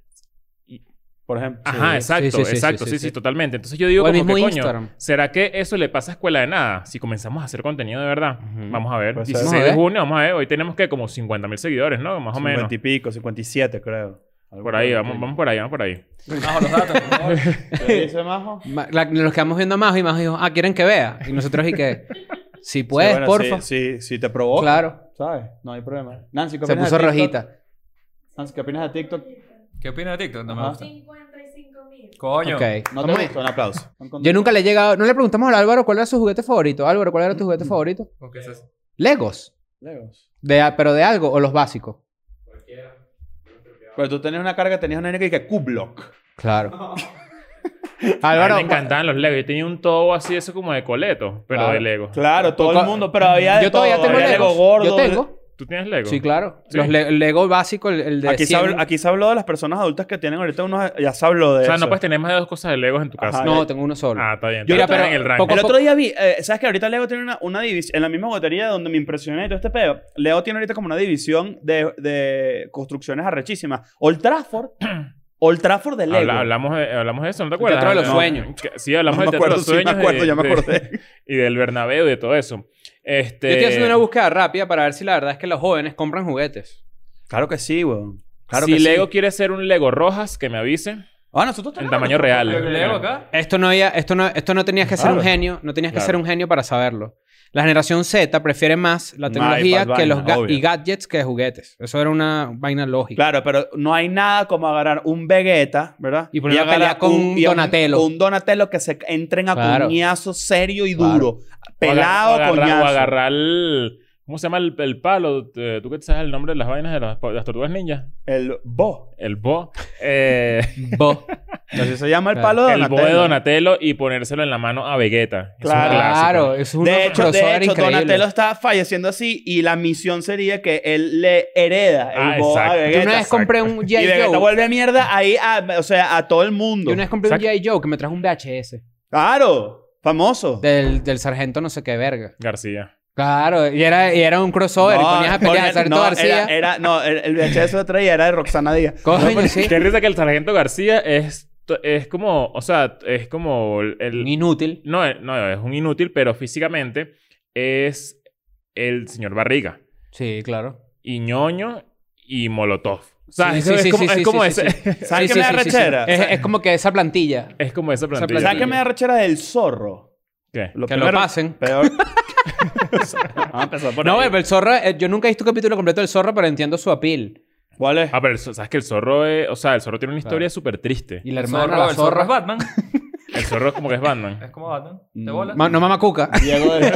Speaker 2: y-
Speaker 3: Por ejemplo.
Speaker 2: Ajá,
Speaker 3: sí.
Speaker 2: exacto,
Speaker 4: Sí, sí, sí,
Speaker 2: exacto,
Speaker 4: sí,
Speaker 2: sí sí,
Speaker 4: sí.
Speaker 2: totalmente. Entonces yo digo
Speaker 4: O el
Speaker 2: como que
Speaker 4: mismo
Speaker 2: coño,
Speaker 4: Instagram.
Speaker 2: ¿será que eso le pasa a escuela de nada? Si comenzamos a hacer contenido de verdad,
Speaker 4: Ujú.
Speaker 2: vamos a ver.
Speaker 3: Pues,
Speaker 2: 16
Speaker 4: vamos a
Speaker 2: de
Speaker 4: ver.
Speaker 2: junio, vamos a ver. Hoy tenemos que como 50 mil seguidores, ¿no? Más o menos.
Speaker 3: 50 y pico, 57 creo. Algo
Speaker 2: Por ahí,
Speaker 3: así.
Speaker 2: vamos, vamos por ahí, vamos por ahí.
Speaker 5: Bajo los datos, por favor.
Speaker 3: ¿Qué dice Majo?
Speaker 4: Ma- la- nos quedamos viendo a Majo y Majo dijo, ah, ¿quieren que vea? Y nosotros y que. Si puedes,
Speaker 3: Sí, bueno,
Speaker 4: Pues, porfa.
Speaker 3: Sí, sí, sí te provoca.
Speaker 4: Claro.
Speaker 3: ¿Sabes? No hay problema. Nancy, ¿qué
Speaker 4: Se
Speaker 3: opinas
Speaker 4: puso
Speaker 3: de TikTok?
Speaker 4: rojita.
Speaker 3: Nancy, ¿qué opinas de TikTok?
Speaker 5: ¿Qué opinas de TikTok? No me
Speaker 3: Ajá.
Speaker 5: gusta.
Speaker 6: 55 mil.
Speaker 5: Coño.
Speaker 4: Ok.
Speaker 3: No
Speaker 4: Vamos-
Speaker 3: te gusta, un aplauso. Un con-
Speaker 4: Yo nunca le he llegado. No le preguntamos a Álvaro cuál era su juguete favorito. Álvaro, ¿cuál era tu
Speaker 3: Mm.
Speaker 4: juguete favorito?
Speaker 5: Porque eso es-
Speaker 4: Legos.
Speaker 3: Legos.
Speaker 4: De, a- pero de algo o los básicos.
Speaker 3: Pero tú tenías una carga, tenías una nena que Q-Block.
Speaker 4: Claro.
Speaker 2: Álvaro,
Speaker 4: Álvaro,
Speaker 2: me encantaban los Legos. Yo tenía un todo así, eso como de coleto, pero
Speaker 4: Claro.
Speaker 2: de Lego.
Speaker 3: Claro, todo
Speaker 4: Poca-
Speaker 3: el mundo, pero había de
Speaker 4: yo todavía
Speaker 3: todo.
Speaker 4: tengo
Speaker 3: Había
Speaker 4: Legos.
Speaker 3: Lego gordo.
Speaker 4: yo tengo.
Speaker 2: ¿Tú tienes Lego?
Speaker 4: Sí, claro.
Speaker 2: Sí.
Speaker 4: Los le- Lego básico, el, el de
Speaker 3: Aquí se,
Speaker 4: 100.
Speaker 3: habló, aquí se habló de las personas adultas que tienen ahorita unos... Ya se habló de
Speaker 2: O sea,
Speaker 3: eso.
Speaker 2: no puedes tener más de dos cosas de Legos en tu
Speaker 3: Ajá.
Speaker 2: casa.
Speaker 4: No, tengo uno solo.
Speaker 2: Ah, está bien.
Speaker 4: Yo
Speaker 2: está
Speaker 4: diría,
Speaker 2: bien
Speaker 4: pero
Speaker 2: en el ranking.
Speaker 4: poco-
Speaker 3: El otro día vi... eh, ¿Sabes que ahorita Lego tiene una, una división... En la misma botería donde me impresioné y todo este pedo. Lego tiene ahorita como una división de, de construcciones arrechísimas. Old Trafford. Old Trafford de Lego.
Speaker 2: Habla- hablamos, de, hablamos de eso, ¿no te
Speaker 4: El
Speaker 2: acuerdas?
Speaker 4: Teatro de los
Speaker 2: No.
Speaker 4: Sueños.
Speaker 2: Que- Sí, hablamos
Speaker 3: No
Speaker 2: del
Speaker 3: me
Speaker 2: Teatro de
Speaker 3: acuerdo,
Speaker 2: los
Speaker 3: sí
Speaker 2: Sueños. y
Speaker 3: me acuerdo,
Speaker 2: de-
Speaker 3: ya me
Speaker 2: de-
Speaker 3: acordé.
Speaker 2: Y del Bernabéu y de todo eso. Este,
Speaker 4: Yo estoy haciendo una búsqueda rápida para ver si la verdad es que los jóvenes compran juguetes.
Speaker 3: Claro que sí, weón. Claro
Speaker 2: si
Speaker 3: que
Speaker 2: Lego
Speaker 3: sí.
Speaker 2: quiere ser un Lego Rojas, que me avise.
Speaker 3: Ah, nosotros tenemos.
Speaker 2: En tamaño real.
Speaker 5: Leo acá.
Speaker 4: Esto no, había, esto no, esto no tenías que ser un
Speaker 3: Claro.
Speaker 4: genio. No tenías que
Speaker 2: Claro.
Speaker 4: ser un genio para saberlo. La generación Z prefiere más la
Speaker 3: Un
Speaker 4: tecnología
Speaker 3: iPad,
Speaker 4: que los
Speaker 3: vaina,
Speaker 4: ga-
Speaker 3: obvio.
Speaker 4: y gadgets que juguetes. Eso era una vaina lógica.
Speaker 3: Claro, pero no hay nada como agarrar un Vegeta, ¿verdad?
Speaker 4: Y ponerlo a
Speaker 3: agarrar
Speaker 4: pelear con un
Speaker 3: y a
Speaker 4: Donatello.
Speaker 3: Un, Donatello que se entren a
Speaker 4: Claro.
Speaker 3: cuñazo serio y
Speaker 4: Claro.
Speaker 3: duro.
Speaker 2: O agarra-
Speaker 3: Pelado,
Speaker 2: o agarra-
Speaker 3: coñazo.
Speaker 2: O agarrar el... ¿Cómo se llama el, el palo? Eh, ¿Tú qué te sabes el nombre de las vainas de las, de las tortugas ninja?
Speaker 3: El Bo.
Speaker 2: El bo. Eh,
Speaker 4: Bo.
Speaker 3: Así se llama el
Speaker 4: Claro.
Speaker 3: palo de
Speaker 2: el bo
Speaker 3: Donatello.
Speaker 2: de Donatello y ponérselo en la mano a Vegeta. Es un
Speaker 3: Claro.
Speaker 4: Claro, es un
Speaker 3: De hecho, de
Speaker 4: crossover
Speaker 3: hecho
Speaker 4: increíble.
Speaker 3: Donatello está falleciendo así y la misión sería que él le hereda el
Speaker 2: Ah,
Speaker 3: Bo a
Speaker 2: exacto. Yo
Speaker 4: Yo
Speaker 3: Vegeta.
Speaker 4: una vez compré un
Speaker 3: y
Speaker 4: G.I.
Speaker 3: Vegeta
Speaker 4: Joe.
Speaker 3: vuelve mierda ahí, a- o sea, a todo el mundo.
Speaker 4: Yo una vez compré un
Speaker 2: Saca-
Speaker 4: G.I. Joe que me trajo un VHS.
Speaker 3: Claro, famoso.
Speaker 4: Del, del sargento no sé qué verga.
Speaker 2: García.
Speaker 4: Claro, y era, y era un crossover. y ponías a pelear al
Speaker 3: coño,
Speaker 4: sargento
Speaker 3: no,
Speaker 4: García.
Speaker 3: Era, era- no, el, el VHS lo traía, era de Roxana Díaz.
Speaker 4: Coño, sí.
Speaker 2: Qué risa que el sargento García es, to- es como... O sea, es como... El,
Speaker 4: Un Inútil.
Speaker 2: no, eh, no, es un inútil, pero físicamente es el señor Barriga.
Speaker 4: Sí, claro.
Speaker 2: Y ñoño y molotov. O sea,
Speaker 4: Sí,
Speaker 2: es,
Speaker 4: sí,
Speaker 2: es
Speaker 4: sí,
Speaker 2: como,
Speaker 4: sí,
Speaker 2: es
Speaker 4: sí,
Speaker 2: como
Speaker 4: sí,
Speaker 2: ese...
Speaker 4: sí.
Speaker 3: ¿Sabes
Speaker 4: Sí,
Speaker 3: qué me
Speaker 4: sí,
Speaker 3: da
Speaker 4: sí, sí,
Speaker 3: rechera?
Speaker 4: sí. Es, es como que esa plantilla.
Speaker 2: Es como esa plantilla.
Speaker 4: plantilla.
Speaker 3: ¿Sabes qué me da rechera del zorro?
Speaker 2: ¿Qué?
Speaker 4: Que lo pasen.
Speaker 3: Peor. Vamos
Speaker 4: Ah,
Speaker 3: a empezar por
Speaker 4: No,
Speaker 3: ahí.
Speaker 4: pero el zorro... eh, yo nunca he visto un capítulo completo del zorro, pero entiendo su apil.
Speaker 3: ¿Cuál es?
Speaker 2: Ah, pero el zo- sabes que el zorro es... O sea, el zorro tiene una historia súper triste.
Speaker 4: Y la
Speaker 5: El
Speaker 4: hermana,
Speaker 5: zorro-
Speaker 4: la
Speaker 5: el zorro
Speaker 4: zorra...
Speaker 5: es Batman.
Speaker 2: El zorro es como que es Batman.
Speaker 5: Es como Batman.
Speaker 3: Mm.
Speaker 5: ¿Te bola?
Speaker 4: Ma- no mamá cuca.
Speaker 3: Diego de...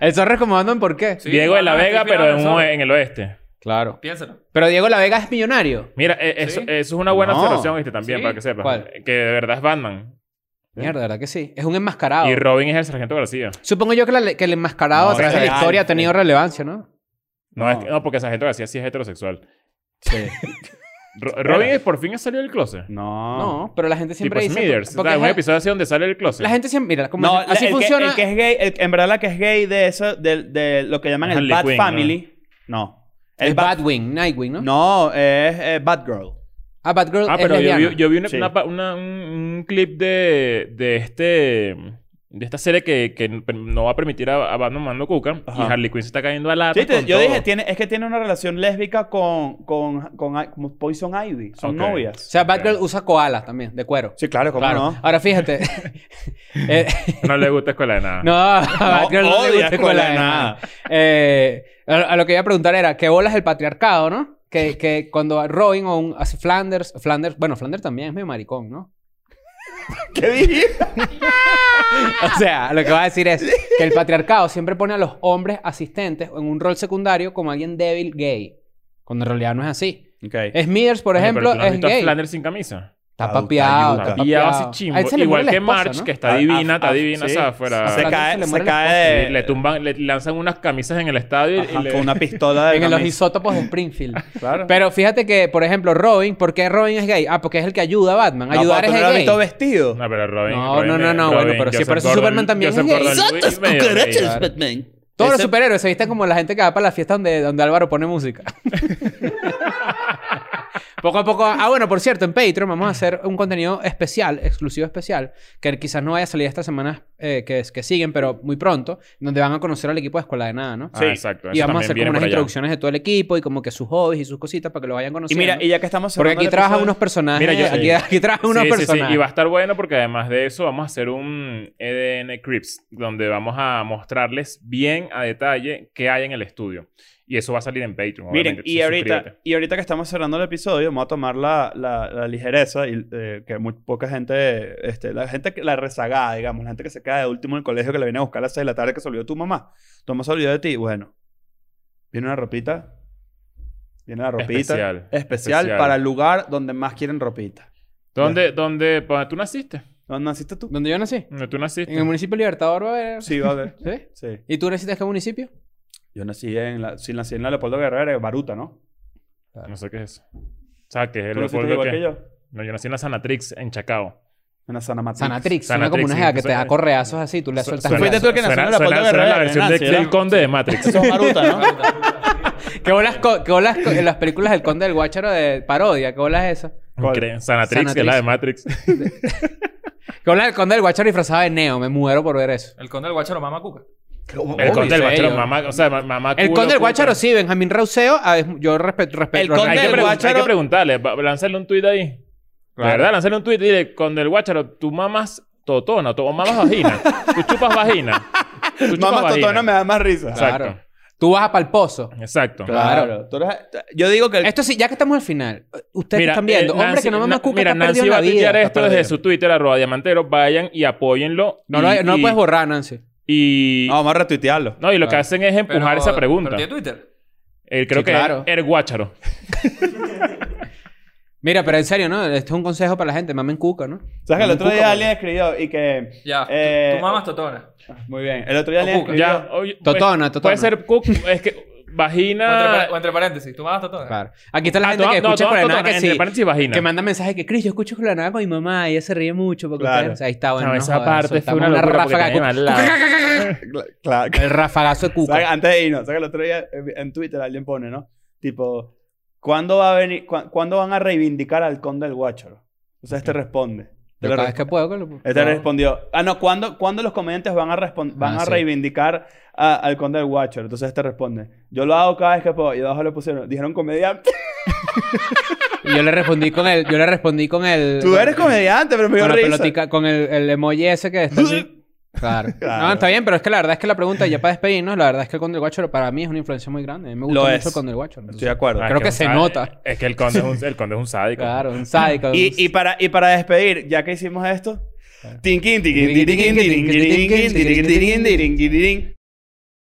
Speaker 4: El zorro es como Batman, ¿por qué?
Speaker 5: Sí,
Speaker 2: Diego de la
Speaker 5: Batman,
Speaker 2: Vega,
Speaker 5: estoy
Speaker 2: pero en,
Speaker 5: inspirado
Speaker 2: un-
Speaker 5: el zorro.
Speaker 2: en el oeste.
Speaker 4: Claro.
Speaker 5: Piénsalo.
Speaker 4: Pero Diego La Vega es millonario.
Speaker 2: Mira, eh, eso,
Speaker 5: Sí.
Speaker 2: eso es una buena
Speaker 3: No.
Speaker 2: observación, este también,
Speaker 5: Sí.
Speaker 2: para que sepas.
Speaker 4: ¿Cuál?
Speaker 2: Que de verdad es Batman.
Speaker 4: Mierda, ¿verdad que sí? Es un enmascarado.
Speaker 2: Y Robin es el sargento García.
Speaker 4: Supongo yo que, la- que el
Speaker 3: No,
Speaker 4: enmascarado a
Speaker 3: es
Speaker 4: través de la
Speaker 3: legal,
Speaker 4: historia ha
Speaker 3: sí.
Speaker 4: tenido relevancia, ¿no?
Speaker 2: No,
Speaker 3: No.
Speaker 2: es que- no, porque sargento García sí es heterosexual.
Speaker 3: Sí.
Speaker 2: Ro- Robin por fin ha salido del closet.
Speaker 3: No.
Speaker 4: No, pero la gente siempre
Speaker 2: tipo
Speaker 4: dice...
Speaker 2: Smithers.
Speaker 4: porque
Speaker 2: ¿sabes? un
Speaker 4: es-
Speaker 2: episodio así donde sale el closet.
Speaker 4: La gente siempre... Mira, como
Speaker 3: No, la-
Speaker 4: así
Speaker 3: el
Speaker 4: funciona...
Speaker 3: Que, el que es gay, el- en verdad la que es gay de eso, de, de lo que llaman el
Speaker 2: Harley
Speaker 3: Bad
Speaker 2: Quinn,
Speaker 3: Family. No.
Speaker 4: es
Speaker 3: El Bad...
Speaker 4: Batwing, Nightwing, ¿no?
Speaker 3: No, es eh, Bad Girl.
Speaker 4: Ah, Batgirl
Speaker 2: Ah,
Speaker 4: es
Speaker 2: pero yo
Speaker 4: lesbiana.
Speaker 2: vi, yo vi una,
Speaker 3: Sí.
Speaker 2: una pa- una- un, un clip de, de este... De esta serie que, que no va a permitir a, a Batman mando cuca. Y
Speaker 3: Ajá.
Speaker 2: Harley Quinn se está cayendo a la...
Speaker 3: Sí, te- yo dije, tiene, es que tiene una relación lésbica con, con, con, I- como Poison Ivy. Son
Speaker 2: Ok.
Speaker 3: novias.
Speaker 4: O sea,
Speaker 2: Ok.
Speaker 4: Batgirl usa koala también, de cuero.
Speaker 3: sí, claro, ¿cómo
Speaker 4: Claro. Ah,
Speaker 3: no?
Speaker 4: Ahora fíjate. Eh,
Speaker 2: No le gusta escuela de nada.
Speaker 4: no, a Batgirl no le
Speaker 3: odia
Speaker 4: gusta
Speaker 3: escuela
Speaker 4: cola
Speaker 3: de
Speaker 4: de
Speaker 3: nada.
Speaker 4: nada. Eh, a, a lo que iba a preguntar era, ¿qué bolas el patriarcado, no? Que, que cuando Robin o un, así Flanders, Flanders, bueno, Flanders también es medio maricón, ¿no?
Speaker 3: ¿Qué dijiste?
Speaker 4: O sea, lo que va a decir es que el patriarcado siempre pone a los hombres asistentes en un rol secundario como alguien débil gay. Cuando en realidad no es así.
Speaker 3: Ok.
Speaker 4: Smithers, por
Speaker 2: Coño,
Speaker 4: ejemplo,
Speaker 2: pero tú no has
Speaker 4: es
Speaker 2: visto a
Speaker 4: gay.
Speaker 2: Flanders sin camisa.
Speaker 4: Está
Speaker 3: Caduca,
Speaker 4: papeado,
Speaker 3: yuca.
Speaker 4: está
Speaker 2: Pillado así
Speaker 4: papeado.
Speaker 2: chimbo.
Speaker 4: A él se le
Speaker 2: Igual
Speaker 4: muere
Speaker 2: que
Speaker 4: la esposa,
Speaker 2: March,
Speaker 4: ¿no?
Speaker 2: que está
Speaker 3: A-
Speaker 2: divina,
Speaker 3: a-
Speaker 2: está
Speaker 3: a-
Speaker 2: divina,
Speaker 3: Ah, sí.
Speaker 2: ¿sabes? Afuera.
Speaker 4: Se
Speaker 3: Se
Speaker 4: Flanders
Speaker 3: cae,
Speaker 4: se le
Speaker 3: se
Speaker 4: muere la
Speaker 3: cae de-
Speaker 2: Le tumban, le lanzan unas camisas en el estadio y-
Speaker 3: Ajá,
Speaker 2: y le...
Speaker 3: con una pistola de
Speaker 4: En los
Speaker 3: camisa.
Speaker 4: isótopos de Springfield.
Speaker 3: Claro.
Speaker 4: Pero fíjate que, por ejemplo, Robin, ¿por qué Robin es gay? Ah, porque es el que ayuda a Batman.
Speaker 3: No,
Speaker 4: Ayudar
Speaker 3: pero
Speaker 4: es
Speaker 3: tú no
Speaker 4: el
Speaker 3: lo has
Speaker 4: gay.
Speaker 3: visto vestido.
Speaker 2: No, pero Robin.
Speaker 4: No,
Speaker 2: Robin-
Speaker 4: no, no, no,
Speaker 2: Robin,
Speaker 4: bueno, pero si
Speaker 2: Joseph
Speaker 4: aparece Superman también
Speaker 2: Joseph
Speaker 4: es gay.
Speaker 2: Gordon-
Speaker 7: Santos
Speaker 2: Levitt, medio gay.
Speaker 7: cucarachas,
Speaker 4: claro.
Speaker 7: Batman.
Speaker 4: Todos los
Speaker 3: Ese-
Speaker 4: superhéroes se visten como la gente que va para las fiestas donde, donde Álvaro pone música. poco a poco. Ah, bueno, por cierto, en Patreon vamos a hacer un contenido especial, exclusivo especial, que quizás no vaya a salir estas semanas eh, que, que siguen, pero muy pronto, donde van a conocer al equipo de Escuela de Nada, ¿no?
Speaker 2: Ah,
Speaker 3: Sí.
Speaker 2: exacto.
Speaker 4: y
Speaker 2: eso
Speaker 4: vamos
Speaker 2: también
Speaker 4: a hacer
Speaker 2: viene
Speaker 4: como unas
Speaker 2: por allá.
Speaker 4: introducciones de todo el equipo y como que sus hobbies y sus cositas para que lo
Speaker 3: Y
Speaker 4: vayan conociendo.
Speaker 3: mira, y ya que estamos
Speaker 4: Porque
Speaker 3: cerrando el
Speaker 4: aquí trabajan
Speaker 3: episodio-
Speaker 4: unos personajes.
Speaker 2: Mira, yo-
Speaker 4: aquí, aquí trabajan unos
Speaker 2: Sí, sí, sí,
Speaker 4: personajes.
Speaker 2: Y va a estar bueno porque además de eso vamos a hacer un EDN Crips donde vamos a mostrarles bien a detalle qué hay en el estudio. Y eso va a salir en Patreon.
Speaker 3: Miren,
Speaker 2: obviamente,
Speaker 3: y
Speaker 2: sí,
Speaker 3: ahorita,
Speaker 2: suscríbete.
Speaker 3: y ahorita que estamos cerrando el episodio, vamos a tomar la, la- la ligereza y eh, que muy poca gente, este, la gente, que- la rezagada, digamos, la gente que se queda de último en el colegio que le viene a buscar a las 6 de la tarde que se olvidó tu mamá. Tu mamá se olvidó de ti. Bueno, viene una ropita. Viene la ropita. Especial.
Speaker 2: Especial.
Speaker 3: para el lugar donde más quieren ropita.
Speaker 2: ¿Dónde, dónde, pa- tú naciste?
Speaker 3: ¿Dónde naciste tú?
Speaker 4: ¿Dónde yo nací?
Speaker 2: ¿Dónde tú naciste?
Speaker 4: En el municipio Libertador va a haber.
Speaker 3: Sí, va a ver.
Speaker 4: ¿Sí?
Speaker 3: Sí.
Speaker 4: ¿Y tú necesitas qué municipio?
Speaker 3: Yo nací en la, sí, nací en la Leopoldo Guerrero, en Baruta, ¿no?
Speaker 2: No sé qué es eso. O sea, que es el
Speaker 3: ¿Tú naciste
Speaker 2: Leopoldo
Speaker 3: igual
Speaker 2: que-
Speaker 3: que yo?
Speaker 2: No, yo nací en la Sanatrix en Chacao.
Speaker 3: En la Sana Matrix.
Speaker 4: Sanatrix. Suena
Speaker 2: Sanatrix,
Speaker 4: como una
Speaker 2: sí,
Speaker 4: jeva que
Speaker 2: eso-
Speaker 4: te da correazos así, tú le
Speaker 2: Su-
Speaker 4: sueltas.
Speaker 2: suena-
Speaker 4: el
Speaker 3: Fuiste tú el que nació en
Speaker 2: suena-
Speaker 3: la Leopoldo
Speaker 2: suena- suena la
Speaker 3: Guerrero
Speaker 2: versión de
Speaker 3: Hernández,
Speaker 2: del
Speaker 3: ¿verdad?
Speaker 2: Conde de Matrix.
Speaker 3: Eso es
Speaker 2: Ah,
Speaker 3: Baruta, ¿no?
Speaker 4: brazo. ¿Qué bolas, co- qué bolas co- en las películas del Conde del Guácharo de parodia? ¿Qué bolas es eso?
Speaker 3: ¿Cuál?
Speaker 2: Increíble. Sanatrix, que es la de Matrix.
Speaker 4: ¿Qué bolas el Conde del Guácharo disfrazado de Neo? Me muero por ver eso.
Speaker 5: El conde del guacharo mama cuca.
Speaker 3: Oh,
Speaker 2: El conde del
Speaker 4: sí,
Speaker 2: guacharo,
Speaker 4: yo-
Speaker 2: mamá, o sea, ma- mamá. Ah,
Speaker 4: El
Speaker 2: culo,
Speaker 4: Conde
Speaker 2: puta.
Speaker 4: del Guácharo sí, Benjamín Rauseo. a ver, yo respeto.
Speaker 3: El
Speaker 4: respeto
Speaker 3: Conde
Speaker 2: Hay que,
Speaker 3: del
Speaker 2: pregun-
Speaker 3: Guácharo-
Speaker 2: hay que preguntarle, va- lanzarle un tuit ahí. De verdad, lanzarle un tuit y dile, conde del guacharo, tú mamas totona, tú o mamas vagina, tú chupas vagina. Tú chupas
Speaker 3: Mamá
Speaker 2: vagina.
Speaker 3: Totona me da más risa.
Speaker 2: Exacto,
Speaker 4: Claro. Tú vas a pa'l pozo.
Speaker 2: exacto.
Speaker 3: Claro. Tú eres- yo digo que el-
Speaker 4: Esto sí, ya que estamos al final, ustedes
Speaker 2: Mira,
Speaker 4: están viendo,
Speaker 2: eh,
Speaker 4: hombre
Speaker 2: Nancy-
Speaker 4: que no me
Speaker 2: Na-
Speaker 4: cuca,
Speaker 2: Mira,
Speaker 4: está perdido
Speaker 2: Nancy
Speaker 4: en
Speaker 2: va
Speaker 4: la
Speaker 2: a
Speaker 4: vida.
Speaker 2: tuitear
Speaker 4: Está
Speaker 2: esto desde
Speaker 4: perdido.
Speaker 2: su Twitter, arroba diamantero. Vayan y apóyenlo.
Speaker 4: No, lo-
Speaker 2: y-
Speaker 4: no lo
Speaker 2: y-
Speaker 4: puedes borrar, Nancy.
Speaker 2: Y...
Speaker 3: No, vamos a retuitearlo.
Speaker 2: No, y lo que
Speaker 4: Claro.
Speaker 2: hacen es empujar
Speaker 5: Pero-
Speaker 2: esa pregunta.
Speaker 5: Pero tiene Twitter.
Speaker 2: Eh, creo
Speaker 4: Sí,
Speaker 2: que
Speaker 4: claro.
Speaker 2: es el guacharo.
Speaker 4: Mira, pero en serio, ¿no? Esto es un consejo para la gente. Mamen cuca, ¿no?
Speaker 3: ¿Sabes que el
Speaker 4: Un
Speaker 3: otro
Speaker 4: cuco,
Speaker 3: día
Speaker 4: ¿no?
Speaker 3: alguien escribió y que.
Speaker 5: Ya, tú-
Speaker 3: eh,
Speaker 5: tú mamas totona.
Speaker 3: Muy bien. El otro día
Speaker 5: O
Speaker 3: alguien
Speaker 5: cuca.
Speaker 3: escribió.
Speaker 2: Ya, oye,
Speaker 4: Totona,
Speaker 2: pues,
Speaker 4: totona.
Speaker 2: Puede ser cook, es que
Speaker 5: O entre,
Speaker 2: vagina.
Speaker 5: par- o entre paréntesis, tú mamas totona.
Speaker 4: Claro. Aquí está la
Speaker 2: Ah,
Speaker 4: gente
Speaker 2: toma-
Speaker 4: que
Speaker 2: no,
Speaker 4: escucha
Speaker 2: toma
Speaker 4: con la
Speaker 2: totona,
Speaker 4: nada que
Speaker 2: entre
Speaker 4: sí.
Speaker 2: paréntesis vagina.
Speaker 4: Que manda mensaje que, Cris, yo escucho con la nada con mi mamá y ella se ríe mucho porque
Speaker 3: Claro.
Speaker 4: ustedes- o sea, ahí está bueno.
Speaker 2: No,
Speaker 4: no
Speaker 2: esa
Speaker 4: jodas,
Speaker 2: parte fue
Speaker 4: soltamos
Speaker 2: una locura porque
Speaker 4: ráfaga de
Speaker 2: tenía
Speaker 4: cuca.
Speaker 2: mal lado.
Speaker 3: Claro.
Speaker 4: El rafagazo de
Speaker 3: ¿Sabes?
Speaker 4: cuca.
Speaker 3: Antes de irnos, ¿sabes que el otro día eh, en Twitter alguien pone, ¿no? Tipo, ¿cuándo, va a venir, cua- ¿cuándo van a reivindicar al conde del Guácharo? Entonces este responde. Te
Speaker 4: Yo
Speaker 3: lo
Speaker 4: cada
Speaker 3: re-
Speaker 4: vez que puedo. que lo-
Speaker 3: Este
Speaker 4: No.
Speaker 3: respondió. Ah, no, ¿cuándo, ¿cuándo los comediantes van a, respon- van
Speaker 4: Ah,
Speaker 3: a
Speaker 4: sí.
Speaker 3: reivindicar a- al conde del Guácharo? Entonces este responde. Yo lo hago cada vez que puedo. Y abajo le pusieron, dijeron comediante.
Speaker 4: Y yo le respondí con el... Yo le respondí con el...
Speaker 3: Tú eres comediante, pero me dio
Speaker 4: Con la
Speaker 3: risa.
Speaker 4: pelotica, con el, el emoji ese que está así. Claro.
Speaker 3: Claro.
Speaker 4: No, está bien, pero es que la verdad es que la pregunta, ya para despedirnos, la verdad es que el Conde del Guacharo para mí es una influencia muy grande. A mí me gusta
Speaker 3: Lo
Speaker 4: mucho
Speaker 3: es.
Speaker 4: el Conde del Guacharo.
Speaker 3: Estoy de acuerdo.
Speaker 2: Ah,
Speaker 4: Creo que
Speaker 2: es
Speaker 4: se
Speaker 2: un sa-
Speaker 4: nota.
Speaker 2: Es que el conde es un, el conde es un sádico.
Speaker 4: Claro, un sádico.
Speaker 3: Y, y para, y para despedir, ya que hicimos esto. Tinkin, tinkin, tinkin, tinkin, tinkin, tinkin, tinkin, tinkin, tinkin, tinkin.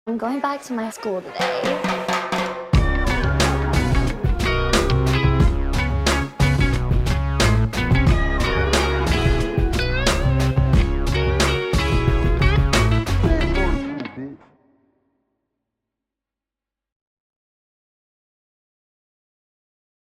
Speaker 1: I'm going back to my school today.